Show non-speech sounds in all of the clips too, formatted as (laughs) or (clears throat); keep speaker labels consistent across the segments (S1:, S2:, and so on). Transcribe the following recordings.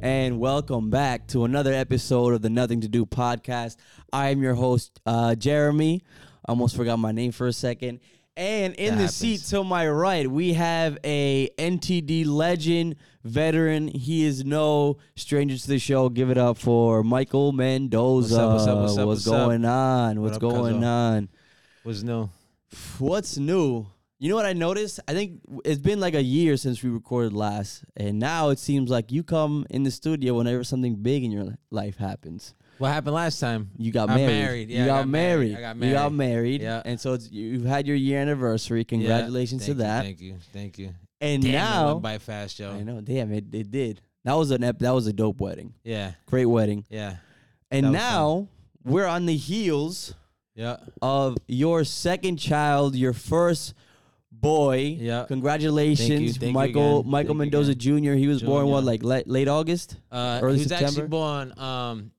S1: and welcome back to another episode of the Nothing to Do podcast. I am your host, uh, Jeremy. Almost forgot my name for a second. And in
S2: That
S1: the
S2: happens.
S1: seat to my right, we have a NTD legend, veteran. He is no stranger to the show. Give it up for Michael Mendoza.
S2: What's up, what's up, what's up, what's up?
S1: going on? What's
S2: up,
S1: going
S2: cuzzo?
S1: on?
S2: Was no.
S1: What's new? You know what I noticed? I think it's been like a year since we recorded last, and now it seems like you come in the studio whenever something big in your li- life happens.
S2: What happened last time?
S1: You got
S2: I'm
S1: married.
S2: married. Yeah,
S1: you
S2: I
S1: got,
S2: got
S1: married.
S2: married. I got
S1: You got married.
S2: Yeah.
S1: And so it's, you've had your year anniversary.
S2: Yeah,
S1: Congratulations to
S2: thank you,
S1: that.
S2: thank you. Thank you.
S1: and
S2: Damn, that
S1: now
S2: went by fast, yo.
S1: I know. Damn it! It did. That was an ep- that was a dope wedding.
S2: Yeah,
S1: Great wedding.
S2: yeah, That
S1: And
S2: was fun.
S1: now we're on the heels
S2: yeah.
S1: of your second child, your first boy.
S2: Yeah.
S1: Congratulations,
S2: Thank you, thank you
S1: Michael
S2: again,
S1: Michael
S2: thank you
S1: Mendoza Jr. He was born what
S2: Junior.
S1: like late, late August.
S2: Uh,
S1: Early
S2: he was
S1: September?
S2: actually born um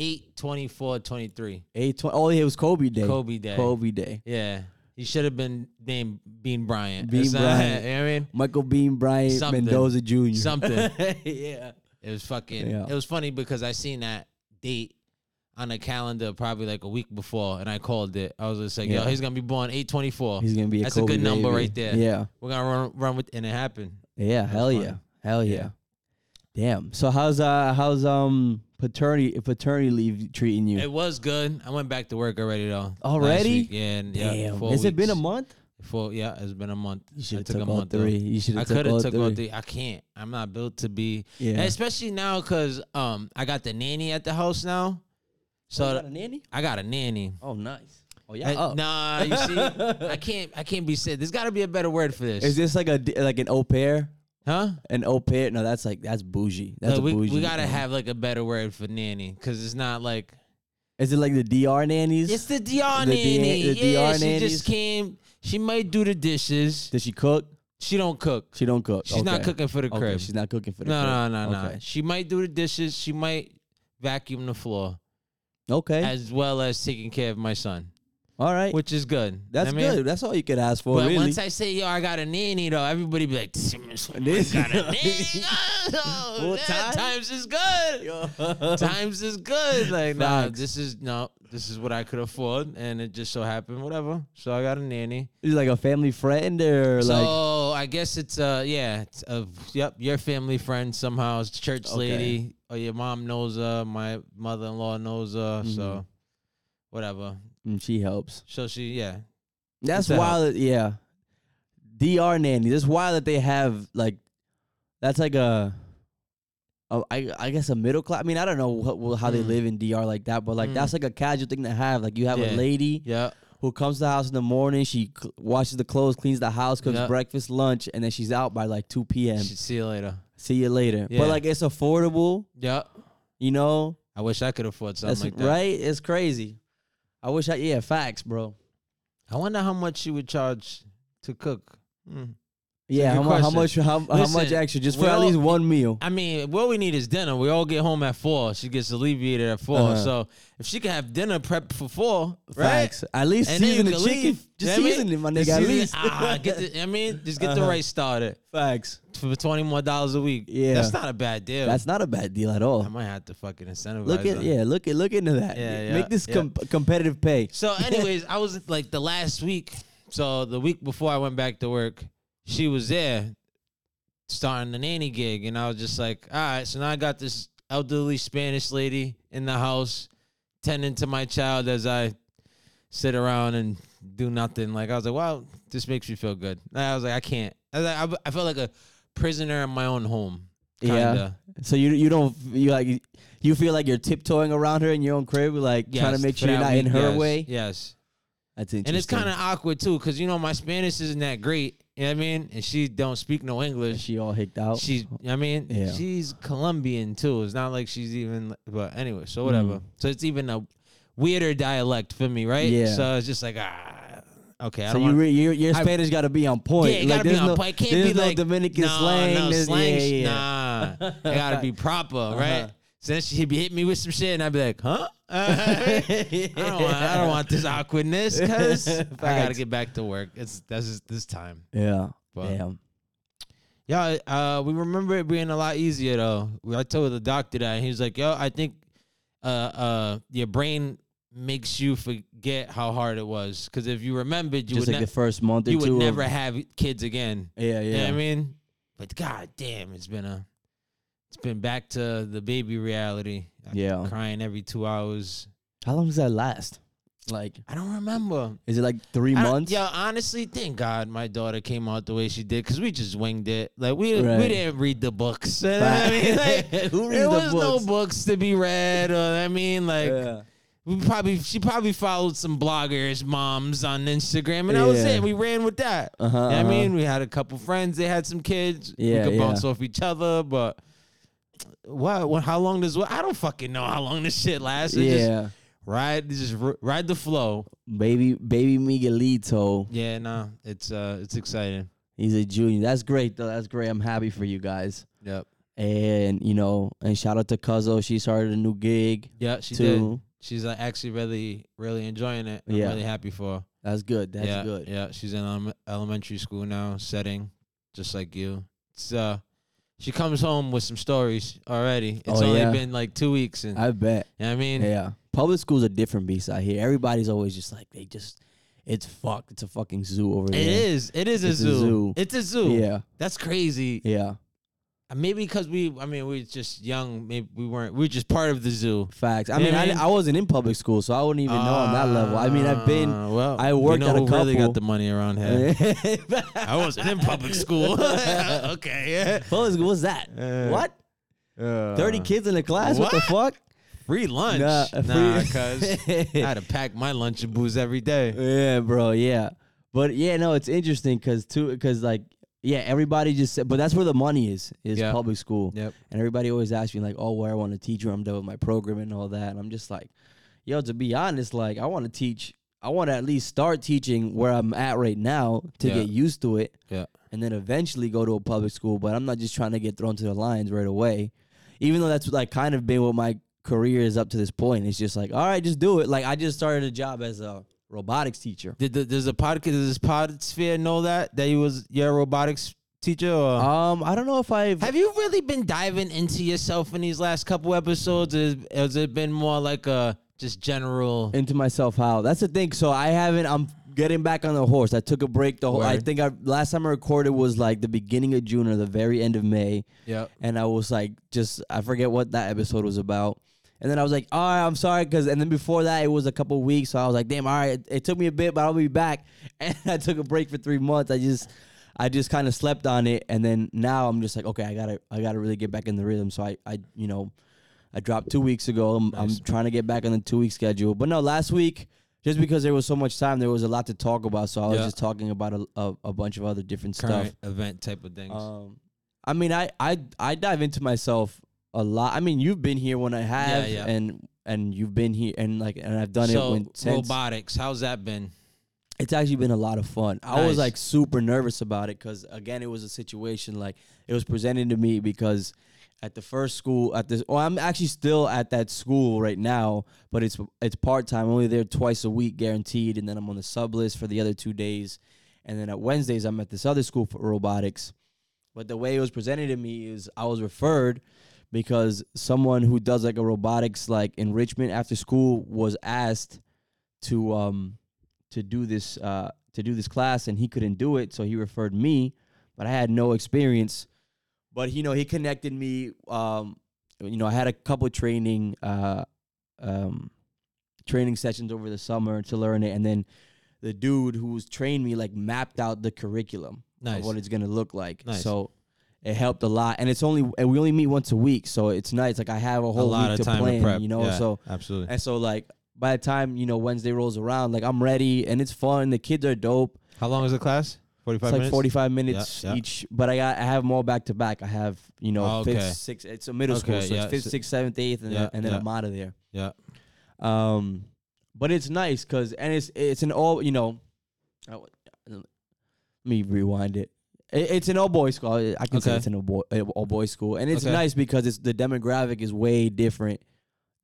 S2: 8 24 23
S1: Eight twenty. Oh, yeah, it was Kobe Day.
S2: Kobe Day.
S1: Kobe Day.
S2: Yeah, he should have been named Bean Bryant.
S1: Bean
S2: That's not-
S1: Bryant.
S2: you
S1: (laughs)
S2: know what I mean?
S1: Michael Bean Bryant
S2: Something.
S1: Mendoza Jr.
S2: Something. yeah. It was fucking.
S1: Yeah.
S2: It was funny because I seen that date on the calendar probably like a week before, and I called it. I was just like,
S1: Yeah.
S2: "Yo, he's gonna be born eight twenty four.
S1: He's gonna be a
S2: That's a
S1: Kobe
S2: good number
S1: baby.
S2: right there.
S1: Yeah.
S2: We're gonna run run with," and it happened.
S1: Yeah. Hell
S2: fun.
S1: yeah. Hell yeah.
S2: Yeah.
S1: Damn. So how's uh how's um paternity paternity leave treating you?
S2: It was good. I went back to work already though. Last
S1: Already?
S2: week. Yeah. And, yeah,
S1: Damn.
S2: four
S1: Has it been a
S2: weeks.
S1: month?
S2: Four, yeah, it's been a month.
S1: You
S2: I
S1: should have
S2: took
S1: took,
S2: a
S1: all
S2: month, though.
S1: three. You should
S2: I
S1: have
S2: could
S1: took
S2: have
S1: all
S2: took all
S1: three.
S2: three. I can't. I'm not built to be, and
S1: Yeah.
S2: especially now because um I got the nanny at the house now. So
S1: Oh, you got a nanny?
S2: I got a nanny.
S1: Oh, nice. Oh
S2: I-
S1: yeah. Oh.
S2: Nah,
S1: (laughs)
S2: you see, I can't. I can't be said. There's got to be a better word for this,
S1: Is this like a d- like an au pair?
S2: huh?
S1: An au pair? No, that's like that's bougie. That's
S2: Like,
S1: a
S2: we
S1: bougie.
S2: we gotta
S1: thing.
S2: have like a better word for nanny because it's not like
S1: Is it like the DR nannies?
S2: it's the DR
S1: The D-
S2: nanny.
S1: the
S2: yeah,
S1: DR
S2: she
S1: nannies?
S2: just came. She might do the dishes.
S1: Does she cook?
S2: She don't cook.
S1: She don't cook.
S2: She's not
S1: Okay.
S2: cooking for the
S1: Okay,
S2: crib.
S1: She's not cooking for the
S2: no,
S1: crib.
S2: no, no, no.
S1: Okay.
S2: She might do the dishes. She might vacuum the floor
S1: Okay.
S2: as well as taking care of my son,
S1: all right.
S2: which is good.
S1: that's
S2: I mean,
S1: good. That's all you could ask for,
S2: but
S1: really.
S2: once I say, yo, I got a nanny, though, everybody be like,
S1: (laughs)
S2: I
S1: This-
S2: got a nanny. (laughs) Oh,
S1: Full
S2: yeah,
S1: time?
S2: Times is
S1: (laughs)
S2: good. Times is good. Like, nah, this is, no, this is what I could afford. And it just so happened, whatever. So I got a nanny.
S1: Is it like a family friend or like
S2: so I guess it's uh yeah it's uh yep your family friend somehow it's church
S1: Okay.
S2: lady or your mom knows her my mother in law knows her
S1: Mm-hmm.
S2: so whatever
S1: Mm, she helps.
S2: so she yeah
S1: That's
S2: It's a help.
S1: wild. that- Yeah. DR nanny. That's wild that they have like. That's like a. a- I I guess a middle class. I mean, I don't know what, well, how they
S2: Mm.
S1: live in DR like that, but like
S2: Mm.
S1: that's like a casual thing to have. Like you have a
S2: Yeah.
S1: lady
S2: yeah
S1: who comes to the house in the morning. She cl- washes the clothes, cleans the house, cooks
S2: Yeah.
S1: breakfast, lunch, and then she's out by like two p.m.
S2: should see you later
S1: See you later.
S2: Yeah.
S1: But like it's affordable,
S2: yeah
S1: you know.
S2: I wish I could afford something
S1: That's
S2: like that
S1: right. It's crazy. I wish I yeah facts, bro.
S2: I wonder how much she would charge to cook Hmm.
S1: Yeah,
S2: good
S1: how, mu- how
S2: question.
S1: much how, how much
S2: Listen,
S1: extra just for
S2: we're
S1: at
S2: all-
S1: least one meal?
S2: I mean what we need is dinner we all get home at four she gets alleviated at 4
S1: Uh-huh.
S2: so if she could have dinner prepped for four right
S1: Facts. At least
S2: And then
S1: season
S2: you
S1: the
S2: can
S1: chicken.
S2: leave.
S1: Just
S2: You know what I
S1: season
S2: mean?
S1: it, my
S2: Just
S1: nigga. At
S2: season it.
S1: least
S2: Ah, get the, I mean, just get the
S1: Uh-huh.
S2: race started
S1: facts.
S2: for twenty more dollars a week.
S1: Yeah.
S2: that's not a bad deal.
S1: That's not a bad deal at all.
S2: I might have to fucking incentivize.
S1: Look at
S2: them.
S1: yeah, look at look into that.
S2: Yeah, yeah,
S1: Make this
S2: yeah.
S1: com- competitive pay. (laughs)
S2: So, anyways, I was like the last week. So the week before I went back to work, she was there, starting the nanny gig, and I was just like, all right. So now I got this elderly Spanish lady in the house, tending to my child as I sit around and do nothing. Like I was like, wow, this makes me feel good. And I was like, I can't. I, was like, I, I felt like a prisoner in my own home. Kinda.
S1: So you you don't you like you feel like you're tiptoeing around her in your own crib, like trying to
S2: Yes,
S1: make
S2: for
S1: sure you're
S2: that
S1: not in
S2: week,
S1: her
S2: yes,
S1: way.
S2: Yes.
S1: That's interesting.
S2: And it's kind of awkward too, because you know my Spanish isn't that great. You know what I mean? And she don't speak no English.
S1: she all hicked out.
S2: She's, I mean,
S1: Yeah.
S2: she's Colombian too. It's not like she's even, but anyway, so whatever.
S1: Mm.
S2: So it's even a weirder dialect for me, right?
S1: Yeah.
S2: So it's just like, ah, okay. I
S1: So
S2: don't
S1: you
S2: want.
S1: re, your, your
S2: I-
S1: Spanish got to be on point.
S2: yeah,
S1: Like,
S2: it gotta be
S1: there's
S2: on
S1: no-
S2: point. It can't
S1: there's
S2: be
S1: no
S2: like
S1: Dominican
S2: no,
S1: slang.
S2: No,
S1: there's-
S2: slang.
S1: yeah, yeah, Uh-huh. yeah.
S2: Nah, it gotta be proper,
S1: (laughs)
S2: right? So then she'd be hitting me with some shit, and I'd be like, huh? Uh, (laughs) I don't, want, I don't want this
S1: (laughs)
S2: awkwardness because I gotta
S1: Facts.
S2: get back to work. It's that's just this time.
S1: Yeah.
S2: But
S1: Damn.
S2: Yeah, uh, we remember it being a lot easier though. We- I told the doctor that, and he was like, "Yo, I think uh, uh, your brain makes you forget how hard it was because if you remembered, you
S1: Just
S2: would
S1: like
S2: ne-
S1: the first month or
S2: you
S1: two.
S2: would
S1: of-
S2: never have kids again."
S1: yeah, yeah.
S2: You know what I mean? But god damn, it's been a it's been back to the baby reality. I keep
S1: Yeah.
S2: Crying every two hours.
S1: How long does that last? Like,
S2: I don't remember.
S1: is it like three
S2: I don't-
S1: months?
S2: Yeah, honestly, thank God my daughter came out the way she did because we just winged it. Like we
S1: Right.
S2: we didn't read the books. (laughs) You know what I mean? Like,
S1: (laughs) Who reads
S2: there
S1: the
S2: was no
S1: books?
S2: books to be read. Or I mean, like
S1: Yeah.
S2: we probably she probably followed some bloggers, moms on Instagram, and that was
S1: Yeah.
S2: it. We ran with that.
S1: Uh-huh,
S2: You know what
S1: uh-huh.
S2: I mean, we had a couple friends. They had some kids.
S1: Yeah,
S2: we could
S1: yeah.
S2: bounce off each other, but. What, what? How long does what? I don't fucking know how long this shit lasts. It Just
S1: yeah.
S2: ride, just r- ride the flow.
S1: Baby, baby Miguelito.
S2: Yeah, no, it's uh, it's exciting.
S1: He's a junior. That's great, though. That's great. I'm happy for you guys.
S2: Yep.
S1: And, you know, and shout out to Cuzzo. She started a new gig,
S2: Yeah, she did.
S1: too.
S2: She's uh, actually really, really enjoying it. I'm
S1: Yeah.
S2: really happy for her.
S1: That's good. That's
S2: yeah,
S1: good.
S2: Yeah, she's in elem- elementary school now, setting just like you. It's uh, she comes home with some stories already. It's
S1: Oh,
S2: only
S1: yeah.
S2: been like two weeks, and
S1: I bet.
S2: you know what I mean,
S1: Yeah. Public school's a different beast out here. Everybody's always just like, they just, it's fucked. It's a fucking zoo over
S2: it
S1: there.
S2: is. It is a,
S1: It's a
S2: zoo.
S1: zoo.
S2: It's a zoo.
S1: Yeah.
S2: that's crazy.
S1: Yeah.
S2: Uh, Maybe because we, I mean, we were just young. Maybe we weren't. We were just part of the zoo.
S1: Facts. I
S2: Yeah,
S1: mean,
S2: I
S1: I,
S2: mean-
S1: I wasn't in public school, so I wouldn't even know on that level. I mean, I've been.
S2: Uh, well.
S1: I
S2: you
S1: worked
S2: know
S1: at a
S2: who really got
S1: couple.
S2: the money around here.
S1: (laughs)
S2: (laughs) I wasn't in public school. (laughs) okay.
S1: public school. What's that?
S2: Uh,
S1: what? Thirty kids in a class? What, the fuck?
S2: Free lunch.
S1: Nah,
S2: Uh,
S1: free- (laughs) Uh,
S2: Nah, cuz I had to pack my lunch and booze every day.
S1: Yeah, bro. Yeah, but yeah, no, it's interesting because two, because like, yeah, everybody just. said- But that's where the money is. Is
S2: Yeah.
S1: public school.
S2: Yep.
S1: And everybody always asks me like, oh, where I want to teach, where I'm done with my program and all that. And I'm just like, yo, to be honest, like I want to teach. I want to at least start teaching where I'm at right now to
S2: Yeah.
S1: get used to it.
S2: Yeah.
S1: and then eventually go to a public school. But I'm not just trying to get thrown to the lions right away, even though that's like kind of been what my career is up to this point. It's just like, all right, just do it. Like I just started a job as a robotics teacher.
S2: Did the, does the podcast does this pod sphere know that that you was your robotics teacher or
S1: Um, I don't know if I've.
S2: have you really been diving into yourself in these last couple episodes? Is, has it been more like a just general?
S1: into myself how that's the thing so i haven't i'm getting back on the horse i took a break the whole i
S2: Word.
S1: think i last time i recorded was like the beginning of june or the very end of may
S2: Yeah.
S1: and I was like, just I forget what that episode was about. And then I was like, all right, I'm sorry, because and then before that it was a couple weeks, so I was like, damn, all right, it, it took me a bit, but I'll be back. (laughs) And I took a break for three months. I just, I just kind of slept on it, and then now I'm just like, okay, I gotta, I gotta really get back in the rhythm. So I, I, you know, I dropped two weeks ago. I'm, I'm trying to get back on the two week schedule, but no, last week. Just because there was so much time, there was a lot to talk about, so I was
S2: Yeah.
S1: just talking about a, a, a bunch of other different stuff.
S2: Current event type of things.
S1: Um, I mean, I, I I dive into myself a lot. I mean, you've been here when I have,
S2: yeah.
S1: and and you've been here, and like, and I've done it
S2: so
S1: when since.
S2: robotics, how's that been?
S1: It's actually been a lot of fun. I was
S2: Nice.
S1: like super nervous about it because again, it was a situation like it was presented to me because at the first school at this, well, I'm actually still at that school right now, but it's it's part time. Only there twice a week, guaranteed, and then I'm on the sub list for the other two days, and then at Wednesdays I'm at this other school for robotics. But the way it was presented to me is I was referred because someone who does like a robotics like enrichment after school was asked to um to do this uh to do this class and he couldn't do it so he referred me but I had no experience but you know he connected me um you know I had a couple training uh um training sessions over the summer to learn it and then the dude who's trained me like mapped out the curriculum
S2: Nice.
S1: of what it's gonna look like.
S2: Nice.
S1: So it helped a lot, and it's only and we only meet once a week, so it's nice. Like I have a
S2: A
S1: whole
S2: lot
S1: week
S2: of time
S1: to plan,
S2: to prep.
S1: you know.
S2: Yeah,
S1: So
S2: absolutely.
S1: and so like by the time you know Wednesday rolls around, like I'm ready, and it's fun. The kids are dope.
S2: How long is the class? Forty
S1: It's
S2: five
S1: like
S2: minutes.
S1: 45 minutes
S2: yeah.
S1: each, but I got I have them all back to back. I have you know
S2: Oh, okay.
S1: fifth, sixth. It's a middle school,
S2: Okay,
S1: so
S2: yeah,
S1: it's fifth,
S2: so-
S1: sixth, seventh, eighth, and
S2: Yeah,
S1: then, and then
S2: yeah.
S1: I'm out of there.
S2: Yeah.
S1: Um, but it's nice because and it's it's an all you know. I w- Let me rewind it. It- It's an all boys school. I can say
S2: Okay.
S1: it's an all boy eh, all boys school, and it's
S2: Okay.
S1: nice because it's the demographic is way different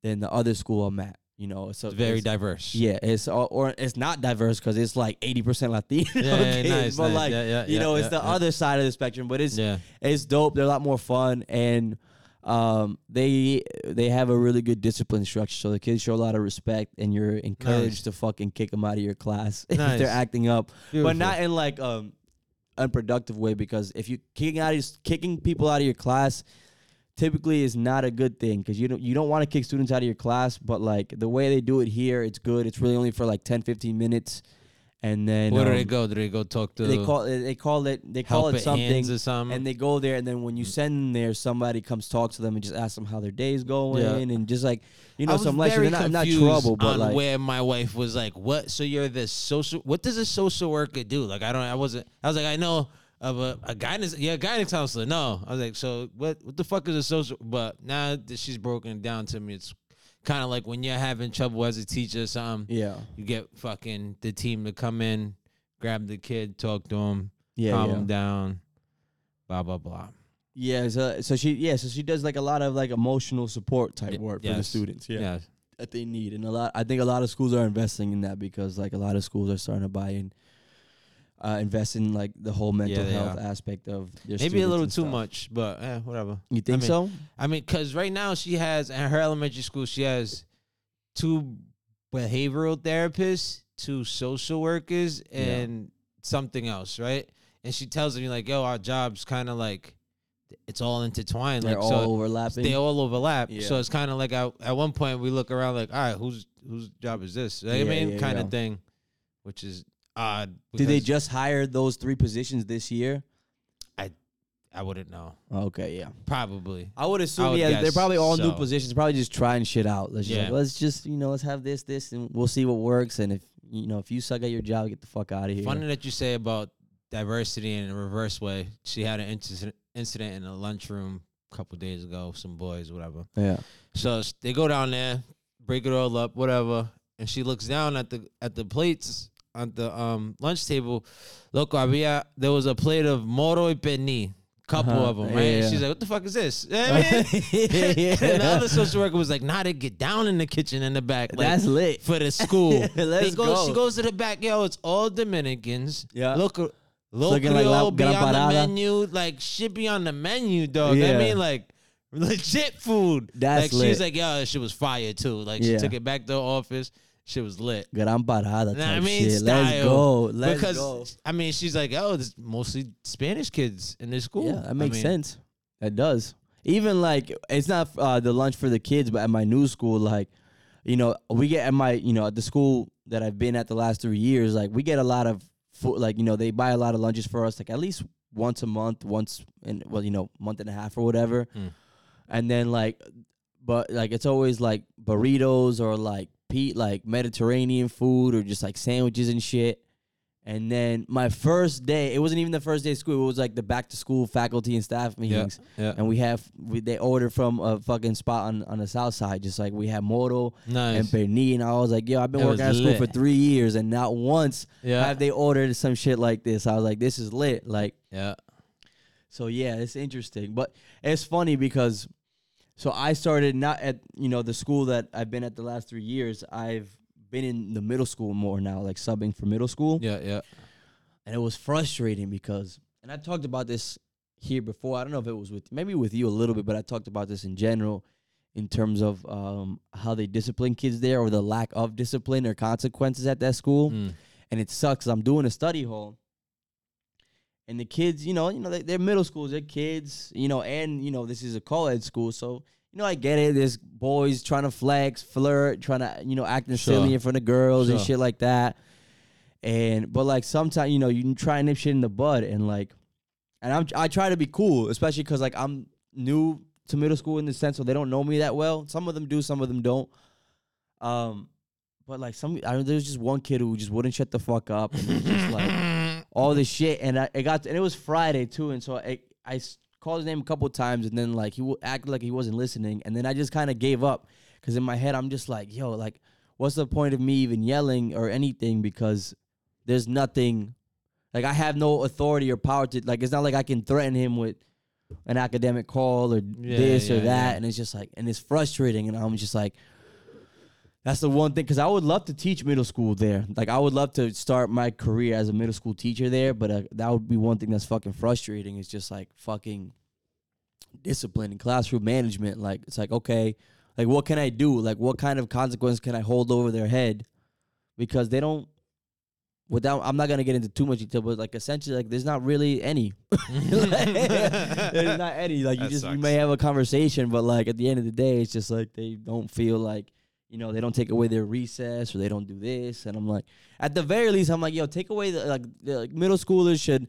S1: than the other school I'm at. You know, so
S2: It's very
S1: it's-
S2: diverse.
S1: Yeah, it's or, or it's not diverse because it's like eighty percent Latino
S2: (laughs)
S1: (laughs)
S2: Yeah, yeah,
S1: kids,
S2: nice,
S1: but
S2: nice.
S1: like
S2: Yeah, yeah,
S1: you
S2: yeah,
S1: know, it's
S2: yeah,
S1: the
S2: yeah.
S1: other side of the spectrum. But it's
S2: Yeah.
S1: it's dope. They're a lot more fun, and um, they they have a really good discipline structure. So the kids show a lot of respect, and you're encouraged to
S2: Nice.
S1: fucking kick them out of your class (laughs) if
S2: Nice.
S1: they're acting up,
S2: Beautiful.
S1: but not in like um unproductive way. Because if you kicking out of, kicking people out of your class. Typically, is not a good thing because you don't you don't want to kick students out of your class. But like the way they do it here, it's good. It's really only for like 10, 15 minutes, and then
S2: Where do
S1: um,
S2: they go? Do they go talk to?
S1: They call it they call it they call
S2: help
S1: it
S2: at hands
S1: something
S2: or something. Mm.
S1: and they go there and then when you send them there somebody comes talk to them and just ask them how their day's going
S2: Yeah.
S1: and just like you
S2: I
S1: know
S2: was
S1: some like
S2: very
S1: they're not, not
S2: confused
S1: trouble but
S2: on
S1: like
S2: where my wife was like, "What? So you're this social? What does a social worker do? Like, I don't. I wasn't. I was like, I know of a, a guidance. Yeah, guidance counselor. No, I was like, so what? What the fuck is a social? But now that she's broken it down to me, it's kind of like when you're having trouble as a teacher or something.
S1: yeah
S2: You get fucking the team to come in, grab the kid, talk to him,
S1: yeah
S2: calm
S1: yeah.
S2: him down, blah blah blah.
S1: yeah so, so she yeah so she does like a lot of like emotional support type
S2: Y-
S1: work for the
S2: yes.
S1: students yeah,
S2: yeah.
S1: that they need and a lot I think a lot of schools are investing in that because like a lot of schools are starting to buy in uh, invest in like the whole mental
S2: Yeah, they
S1: health
S2: are.
S1: aspect of their
S2: Maybe a
S1: students
S2: little
S1: and
S2: too
S1: stuff.
S2: much, but eh, whatever.
S1: You think
S2: mean,
S1: so?
S2: I mean, because right now she has in her elementary school, she has two behavioral therapists, two social workers, and something else, right? And she tells me like, "Yo, our jobs kind of like it's all intertwined,
S1: They're
S2: like
S1: all
S2: so
S1: overlapping.
S2: they all overlap.
S1: Yeah.
S2: So it's kind of like at, at one point we look around like, all right, whose whose job is this? You know what
S1: Yeah,
S2: I mean,
S1: yeah,
S2: kind of
S1: yeah.
S2: thing, which is odd.
S1: Did they
S2: because
S1: just hire those three positions this year?
S2: I wouldn't know.
S1: Okay, yeah.
S2: Probably.
S1: I would assume,
S2: would
S1: yeah, they're
S2: guess
S1: probably all new
S2: so.
S1: positions, probably just trying shit out. Let's just,
S2: Yeah.
S1: let's just, you know, let's have this, this, and we'll see what works. And if you know, if you suck at your job, get the fuck out of here.
S2: Funny that you say about diversity in a reverse way. She had an incident incident in a lunchroom a couple days ago. Some boys, whatever.
S1: Yeah,
S2: So s- they go down there, break it all up, whatever. And she looks down at the at the plates on the um lunch table. Look, había there was a plate of moro y peni, couple
S1: Uh-huh.
S2: of them,
S1: Yeah,
S2: right? And
S1: yeah.
S2: She's like, "What the fuck
S1: (laughs)
S2: is this?" You know what I mean? (laughs) and the other social worker was like, "Nah, they get down in the kitchen in the back." Like,
S1: that's lit.
S2: for the school.
S1: (laughs) Let's
S2: They go.
S1: go.
S2: She goes to the back. Yo, it's all Dominicans.
S1: Yeah.
S2: Look, look,
S1: looking
S2: Creole
S1: like la
S2: be on the
S1: gran parada.
S2: menu. Like should be on the menu, dog.
S1: Yeah.
S2: I mean, like (laughs) legit food.
S1: That's
S2: like she was
S1: lit.
S2: like, yo, she was fire too. Like
S1: Yeah.
S2: she took it back to the office. She was lit.
S1: Gran parada type
S2: Nah, I mean,
S1: shit. Let's
S2: style.
S1: go. Let's
S2: because
S1: go.
S2: I mean, she's like, oh, there's mostly Spanish kids in this school.
S1: Yeah, that makes
S2: I mean,
S1: sense. That does. Even like it's not uh, the lunch for the kids, but at my new school, like you know, we get at my you know at the school that I've been at the last three years, like we get a lot of food. Like you know, they buy a lot of lunches for us, like at least once a month, once in well, you know, month and a half or whatever.
S2: Mm.
S1: And then like, but like it's always like burritos or like Pete like Mediterranean food or just like sandwiches and shit. And then my first day, it wasn't even the first day of school. It was like the back to school faculty and staff
S2: Yeah,
S1: meetings.
S2: yeah.
S1: And we have we, they ordered from a fucking spot on on the south side, just like we had Moro and
S2: Nice.
S1: Bernie. And I was like, yo, I've been
S2: It
S1: working
S2: was
S1: at school
S2: lit.
S1: for three years, and not once
S2: Yeah.
S1: have they ordered some shit like this. I was like, this is lit. Like
S2: yeah.
S1: so yeah, it's interesting, but it's funny because so I started not at you know the school that I've been at the last three years. I've been in the middle school more now, like subbing for middle school,
S2: Yeah.
S1: (laughs)
S2: Yeah.
S1: and it was frustrating because and I talked about this here before. I don't know if it was with maybe with you a little bit, but I talked about this in general in terms of um, how they discipline kids there or the lack of discipline or consequences at that school
S2: Mm.
S1: and it sucks. I'm doing a study hall, and the kids, you know, you know, they, they're middle schools, they're kids, you know, and you know, this is a co-ed school, so you know, I get it. There's boys trying to flex, flirt, trying to, you know, acting
S2: Sure.
S1: silly in front of girls and
S2: Sure.
S1: shit like that. And but like sometimes, you know, you can try and nip shit in the bud, and like, and I'm I try to be cool, especially because like I'm new to middle school in the sense, so they don't know me that well. Some of them do, some of them don't. Um, but like some, I there was just one kid who just wouldn't shut the fuck up, and was just like all this shit, and I it got and it was Friday too, and so I I s- called his name a couple times, and then like he w- acted like he wasn't listening, and then I just kind of gave up because in my head I'm just like, yo, like what's the point of me even yelling or anything because there's nothing like I have no authority or power to like it's not like I can threaten him with an academic call or
S2: Yeah,
S1: this or
S2: yeah,
S1: that
S2: yeah.
S1: and it's just like and it's frustrating and I'm just like That's the one thing because I would love to teach middle school there. Like I would love to start my career as a middle school teacher there, but uh, that would be one thing that's fucking frustrating. It's just like fucking discipline and classroom management. Like it's like okay, like what can I do? Like what kind of consequence can I hold over their head? Because they don't. Without, I'm not gonna get into too much detail, but like essentially, like there's not really any. (laughs) there's not any. Like you
S3: That
S1: just you
S3: sucks.
S1: may have a conversation, but like at the end of the day, it's just like they don't feel like you know they don't take away their recess or they don't do this. And I'm like, at the very least, I'm like, yo, take away the like, the, like middle schoolers should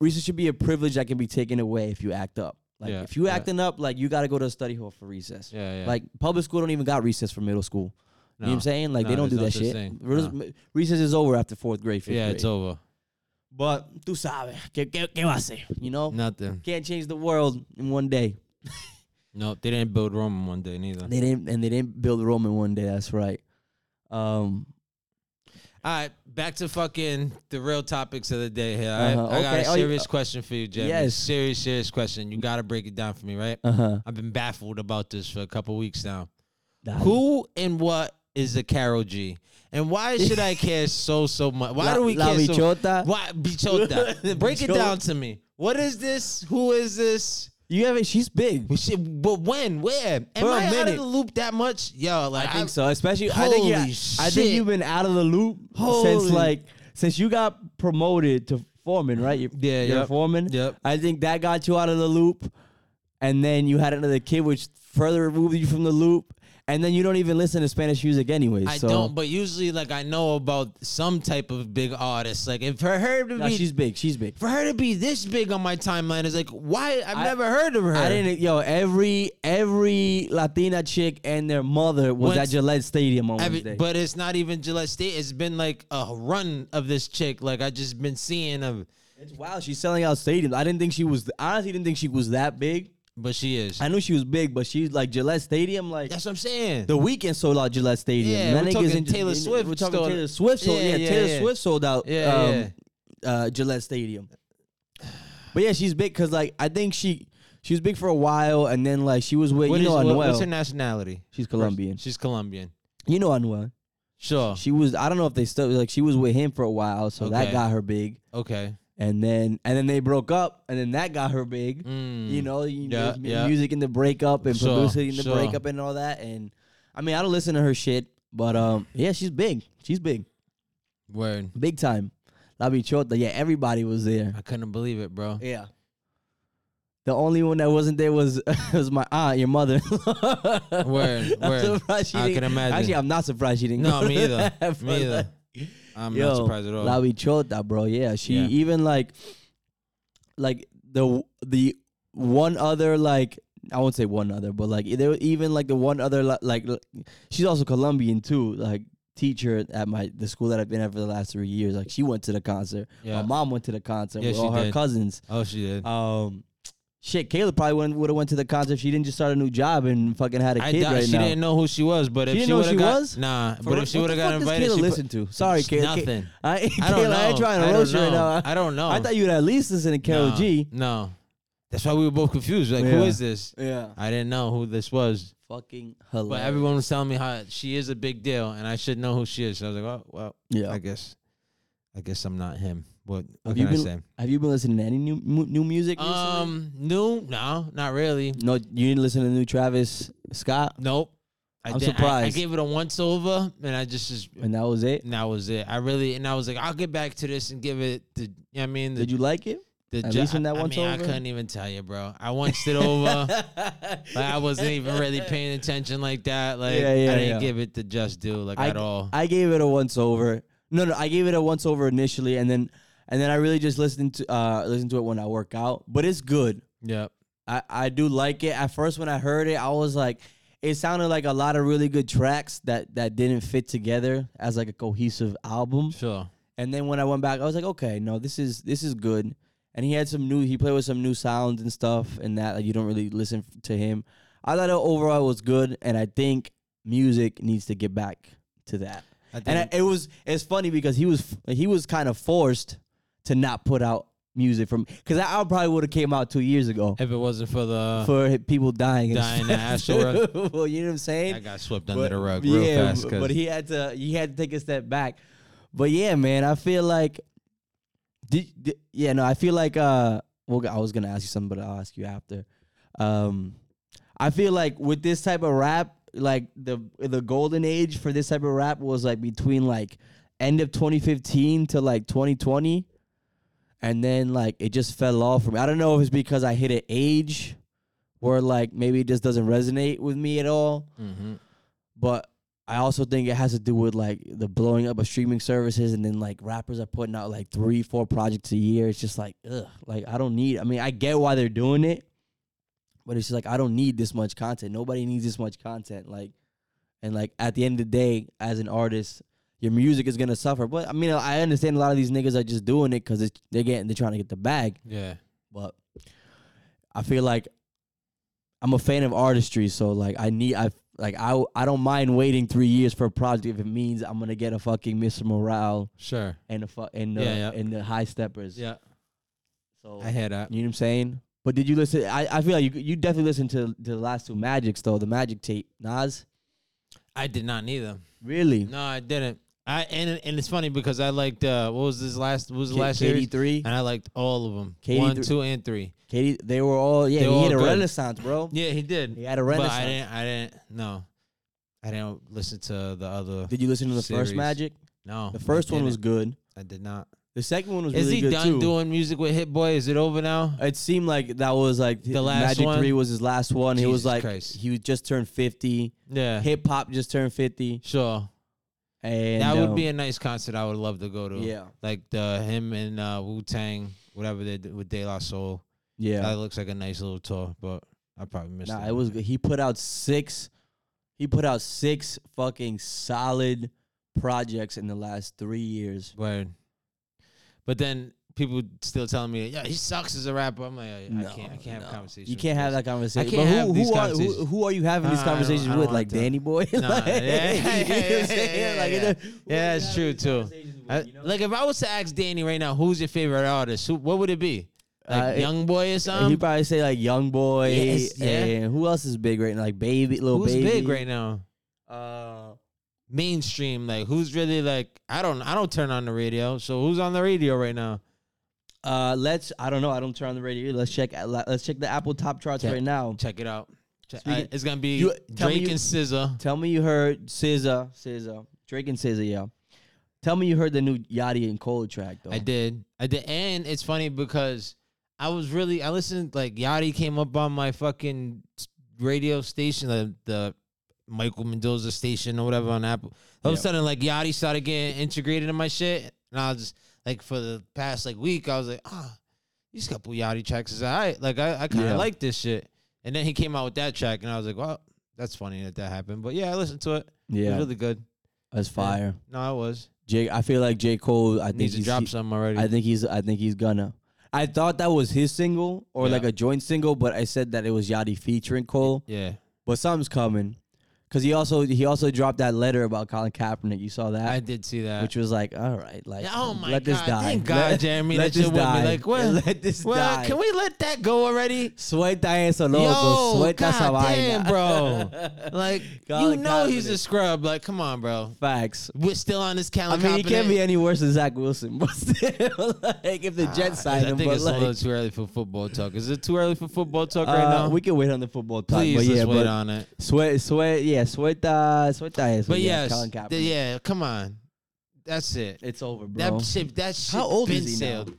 S1: recess should be a privilege that can be taken away if you act up. Like
S2: Yeah,
S1: if you
S2: yeah.
S1: acting up, like you got to go to a study hall for recess.
S2: (laughs) yeah, yeah.
S1: Like public school don't even got recess for middle school. You know what I'm saying? Like they don't
S2: No,
S1: do that
S2: there's no
S1: shit.
S2: such thing.
S1: Re- Recess is over after fourth grade. Fifth
S2: Yeah,
S1: grade.
S2: it's over.
S1: But tú sabes, ¿qué, qué, qué va a hacer? You know,
S2: Nothing.
S1: can't change the world in one day.
S2: Nope. They didn't build Rome in one day neither.
S1: They didn't, and they didn't build Rome in one day. That's right. Um,
S2: All right, back to fucking the real topics of the day here. all right?
S1: Uh-huh,
S2: I got
S1: okay.
S2: a
S1: Oh, you-
S2: serious question for you, Jimmy.
S1: Yes.
S2: Serious, serious question. You got to break it down for me, right?
S1: uh huh.
S2: I've been baffled about this for a couple weeks now. Who and what is a Carol G?
S1: (laughs)
S2: And why should I care so so much? Why
S1: La-
S2: do we
S1: La
S2: care so?
S1: bichota.
S2: Why
S1: (laughs)
S2: bichota? Break it
S1: Bichota.
S2: down to me. What is this? Who is this?
S1: You haven't. She's big.
S2: We should, but when? Where? Am
S1: For a
S2: I out of
S1: minute.
S2: the loop that much? Yo, like
S1: I think so. Especially, I think
S2: Holy
S1: you. I think
S2: shit.
S1: you've been out of the loop
S2: Holy-
S1: since like since you got promoted to foreman, right? You,
S2: Yeah,
S1: you're a
S2: yep,
S1: foreman.
S2: yep.
S1: I think that got you out of the loop, and then you had another kid, which further removed you from the loop, and then you don't even listen to Spanish music anyway.
S2: I
S1: so.
S2: don't, but usually, like, I know about some type of big artist. Like, if for her to
S1: Nah,
S2: be,
S1: she's big. She's big.
S2: for her to be this big on my timeline is like, why? I've
S1: I-
S2: never heard of her.
S1: I didn't. Yo, every every Latina chick and their mother was
S2: Once-
S1: at Gillette Stadium on
S2: Every-
S1: Wednesday.
S2: but it's not even Gillette State. It's been like a run of this chick. Like I just been seeing of,
S1: it's wow, she's selling out stadiums. I didn't think she was. I honestly didn't think she was that big.
S2: but she is.
S1: I knew she was big, but she's like Gillette Stadium, like
S2: That's what I'm saying.
S1: the weekend sold out Gillette Stadium.
S2: Yeah,
S1: And that
S2: we're
S1: nigga's
S2: talking
S1: in-
S2: Taylor
S1: in-
S2: Swift
S1: We're talking
S2: sold-
S1: Taylor Swift. Sold,
S2: Yeah,
S1: yeah,
S2: yeah,
S1: Taylor
S2: yeah.
S1: Swift sold out.
S2: Yeah,
S1: um,
S2: yeah.
S1: Uh, Gillette Stadium. But yeah, she's big because like I think she she was big for a while, and then like she was with
S2: What
S1: you know
S2: is- what-
S1: Anuel.
S2: what's her nationality?
S1: she's Colombian.
S2: She's Colombian.
S1: You know Anuel.
S2: Sure.
S1: She was I don't know if they still like she was with him for a while, so
S2: Okay.
S1: that got her big.
S2: Okay.
S1: And then and then they broke up, and then that got her big.
S2: Mm.
S1: You know, you,
S2: Yeah,
S1: there's mu-
S2: yeah.
S1: music in the breakup and
S2: Sure,
S1: publicity in the
S2: sure.
S1: breakup and all that. And I mean, I don't listen to her shit, but um, yeah, she's big. She's big,
S2: Word.
S1: big time. La Bichota, yeah, everybody was there.
S2: I couldn't believe it,
S1: (laughs)
S2: bro.
S1: Yeah. The only one that wasn't there was (laughs) was my aunt, your mother. (laughs)
S2: Word,
S1: I'm
S2: word.
S1: surprised she
S2: I
S1: didn't-
S2: can imagine.
S1: Actually, I'm not surprised she didn't.
S2: No,
S1: go to
S2: me either.
S1: that, but,
S2: Me
S1: like,
S2: either. I'm
S1: Yo,
S2: not surprised at all.
S1: La Bichota, bro. Yeah, she
S2: Yeah.
S1: even like, like the the one other like I won't say one other, but like there even like the one other li- like l- she's also Colombian too. Like teacher at my the school that I've been at for the last three years. Like she went to the concert.
S2: Yeah.
S1: My mom went to the concert
S2: Yeah,
S1: with
S2: she
S1: all her
S2: did.
S1: cousins.
S2: oh, she did.
S1: Um. Shit, Kayla probably wouldn't would have went to the concert. if She didn't just start a new job and fucking had a
S2: I
S1: kid
S2: doubt
S1: right
S2: she
S1: now.
S2: didn't know who she was, but
S1: She
S2: if
S1: didn't
S2: she
S1: know
S2: would
S1: she
S2: have got
S1: was?
S2: nah,
S1: For
S2: but
S1: real,
S2: if she
S1: what
S2: would
S1: the
S2: have got
S1: fuck does
S2: invited,
S1: Kayla
S2: she pro-
S1: listen to. Sorry, Kayla.
S2: nothing.
S1: I, (laughs)
S2: I don't
S1: Kayla,
S2: know.
S1: I ain't trying
S2: I
S1: to
S2: don't
S1: roast you right
S2: know.
S1: now.
S2: I don't know.
S1: I thought you'd at least listen to Carol
S2: no,
S1: G.
S2: No, that's why we were both confused. Like, who
S1: Yeah.
S2: is this?
S1: Yeah.
S2: I didn't know who this was,
S1: Fucking
S2: but
S1: hilarious.
S2: everyone was telling me how she is a big deal, and I should know who she is. So I was like, oh well,
S1: yeah.
S2: I guess, I guess I'm not him. What,
S1: Have
S2: what
S1: you
S2: can I
S1: been
S2: say?
S1: Have you been listening to any new mu- new music recently?
S2: Um, new? No, not really.
S1: no, you didn't listen to the new Travis Scott,
S2: Nope. I
S1: I'm
S2: didn't- I- I,
S1: surprised.
S2: gave it a once over, and I just, just
S1: and that was it.
S2: and that was it. I really and I was like, I'll get back to this and give it the. You know what I mean, the,
S1: Did you like (laughs) it?
S2: the
S1: at
S2: ju-
S1: least in that
S2: I-
S1: once
S2: I mean,
S1: over?
S2: I couldn't even tell you, bro. I once
S1: (laughs)
S2: it over. Like I wasn't even really paying attention like that. Like
S1: Yeah, yeah,
S2: I didn't
S1: yeah.
S2: give it the just due like
S1: I,
S2: at all.
S1: I gave it a once over. No, no, I gave it a once over initially, and then and then I really just listened to uh listened to it when I work out. But it's good.
S2: yep.
S1: I, I do like it. At first, when I heard it, I was like, it sounded like a lot of really good tracks that that didn't fit together as like a cohesive album.
S2: Sure.
S1: And then when I went back, I was like, okay, no, this is this is good. And he had some new, he played with some new sounds and stuff, and that like you don't really listen f- to him. I thought it overall was good, and I think music needs to get back to that.
S2: I think
S1: And I, it was it's funny because he was he was kind of forced to not put out music from because I, I probably would have came out two years ago
S2: If it wasn't for the,
S1: for people dying. in his (laughs)
S2: Uh, Dying in the
S1: family. well, you know what I'm saying?
S2: I got swept under the rug real fast.
S1: b-
S2: 'cause-
S1: But he had to he had to take a step back. But yeah, man, I feel like did, did- yeah, no, I feel like uh well I was gonna ask you something, but I'll ask you after. Um I feel like with this type of rap, like the the golden age for this type of rap was like between like end of 2015 to like 2020. And then like it just fell off for me. I don't know if it's because I hit an age where like maybe it just doesn't resonate with me at all
S2: Mhm.
S1: but I also think it has to do with like the blowing up of streaming services, and then like rappers are putting out like three, four projects a year. It's just like, ugh, like I don't need. I mean, I get why they're doing it, but it's just like I don't need this much content. Nobody needs this much content. Like, and like at the end of the day, as an artist, your music is gonna suffer. But I mean, I understand a lot of these niggas are just doing it because they're getting, they're trying to get the bag.
S2: yeah.
S1: But I feel like I'm a fan of artistry, so like I need I like I I don't mind waiting three years for a project if it means I'm gonna get a fucking Mr. Morale
S2: Sure.
S1: and a fu- and the
S2: Yeah, yeah.
S1: and the high steppers.
S2: Yeah.
S1: So
S2: I hear that.
S1: you know what I'm saying. But did you listen? I, I feel like you you definitely listened to, to the last two Magics though the Magic tape Nas
S2: I did not need them.
S1: really
S2: No, I didn't. I and and it's funny because I liked uh what was this last what was the last
S1: K- KD
S2: series
S1: three
S2: and I liked all of them
S1: KD
S2: one
S1: three.
S2: two and three
S1: KD they were all yeah
S2: They
S1: he
S2: were all
S1: had a
S2: good.
S1: renaissance bro
S2: yeah he did
S1: he had a
S2: but
S1: renaissance
S2: I didn't I didn't no I didn't listen to the other
S1: did you listen to the
S2: Series.
S1: first Magic
S2: no
S1: the first
S2: I
S1: one was
S2: didn't.
S1: good
S2: I did not
S1: the second one was
S2: is
S1: really
S2: he
S1: good
S2: done
S1: too. Uh,
S2: doing music with Hit Boy is it over now
S1: It seemed like that was like
S2: The last
S1: Magic
S2: one?
S1: Three was his last one. he was
S2: Jesus
S1: like
S2: Christ.
S1: he was just turned fifty.
S2: yeah
S1: Hip hop just turned fifty,
S2: sure
S1: and
S2: that would
S1: um,
S2: be a nice concert I would love to go to
S1: yeah,
S2: like the him and uh, Wu Tang whatever they did with De La Soul
S1: yeah.
S2: that looks like a nice little tour but I probably missed
S1: Nah,
S2: it
S1: it was good. He put out six. He put out six fucking solid projects in the last three years.
S2: Word. But then people still telling me, yeah, he sucks as a rapper. I'm like, I,
S1: No,
S2: I can't, I can't
S1: no.
S2: have conversations.
S1: You can't have that conversation.
S2: can't
S1: but who,
S2: have these
S1: who, Are, who,
S2: conversations.
S1: who are you having these
S2: Nah, I don't-
S1: conversations
S2: I don't
S1: with?
S2: want
S1: Like
S2: that.
S1: Danny Boy? (laughs)
S2: Nah,
S1: like,
S2: yeah, yeah,
S1: you know what I'm
S2: yeah,
S1: saying?
S2: (laughs) yeah,
S1: Like,
S2: yeah.
S1: who are you
S2: Yeah, that's
S1: having
S2: true,
S1: these
S2: too.
S1: conversations with,
S2: I-
S1: you know?
S2: like if I was to ask Danny right now, who's your favorite artist? Who, what would it be?
S1: Uh,
S2: Like
S1: it-
S2: Young Boy or
S1: And he
S2: something?
S1: probably say like Young Boy.
S2: Yes, yeah.
S1: And who else is big right now? Like Baby, little
S2: who's
S1: baby.
S2: big right now?
S1: Uh,
S2: Mainstream, like who's really like? I don't, I don't turn on the radio. So who's on the radio right now?
S1: uh, let's. I don't know. I don't turn on the radio. Let's check. uh, Let's check the Apple top charts
S2: Check.
S1: right now.
S2: Check it out. Check,
S1: Speaking-
S2: I- it's gonna be
S1: You- tell me
S2: Drake
S1: you-
S2: and SZA.
S1: Tell me you heard SZA, SZA, Drake and SZA. Yeah. Tell me you heard the new Yachty and Cole track though.
S2: I did. I did. And it's funny because I was really I listened like Yachty came up on my fucking s- radio station, the the Michael Mendoza station or whatever on Apple. All of
S1: Yeah.
S2: a sudden, like Yachty started getting integrated in my shit, and I was just like for the past like week, I was like, ah, these couple Yachty tracks is alright. Like I, I kind of
S1: Yeah.
S2: like this shit. And then he came out with that track, and I was like, well, that's funny that that happened. But yeah, I listened to it. It was
S1: Yeah,
S2: really good.
S1: that's fire.
S2: No, it was.
S1: Jake, I feel like J Cole. I think
S2: Needs to
S1: he's.
S2: drop something already.
S1: I think he's. I think he's gonna. I thought that was his single or
S2: Yeah.
S1: like a joint single, but I said that it was Yachty featuring Cole.
S2: yeah,
S1: But something's coming, cause he also he also dropped that letter about Colin Kaepernick. You saw
S2: I
S1: that,
S2: did see that.
S1: which was like, all right, like,
S2: Yeah, Oh my
S1: let
S2: god!
S1: this die.
S2: Thank God,
S1: let,
S2: Jeremy,
S1: let
S2: that you're
S1: this
S2: with me.
S1: die.
S2: Like what?
S1: (laughs) Let this
S2: Well,
S1: die.
S2: can we let that go already?
S1: Suelta eso, loco.
S2: Yo,
S1: Suelta esa
S2: God
S1: vaina. (laughs)
S2: damn, bro! Like you
S1: Colin
S2: know he's a
S1: Kaepernick.
S2: scrub. Like come on, bro.
S1: Facts.
S2: We're still on this
S1: I
S2: Colin
S1: mean, he
S2: Kaepernick.
S1: can't be any worse than Zach Wilson, (laughs) but still, (laughs) like, if the Jets
S2: Ah,
S1: sign
S2: I
S1: him,
S2: think
S1: but
S2: it's a little
S1: like,
S2: too early for football talk. Is it too early for football talk
S1: uh,
S2: right now?
S1: we can wait on the football talk.
S2: Please
S1: but yeah,
S2: let's wait
S1: but
S2: on it.
S1: Sweat, sweat, yeah, suelta, suelta eso.
S2: But
S1: yeah,
S2: yes,
S1: Colin
S2: th-
S1: Kaepernick.
S2: yeah, come on. That's it.
S1: It's over, bro.
S2: That ship. That ship.
S1: How old
S2: been
S1: is he now?
S2: sailed.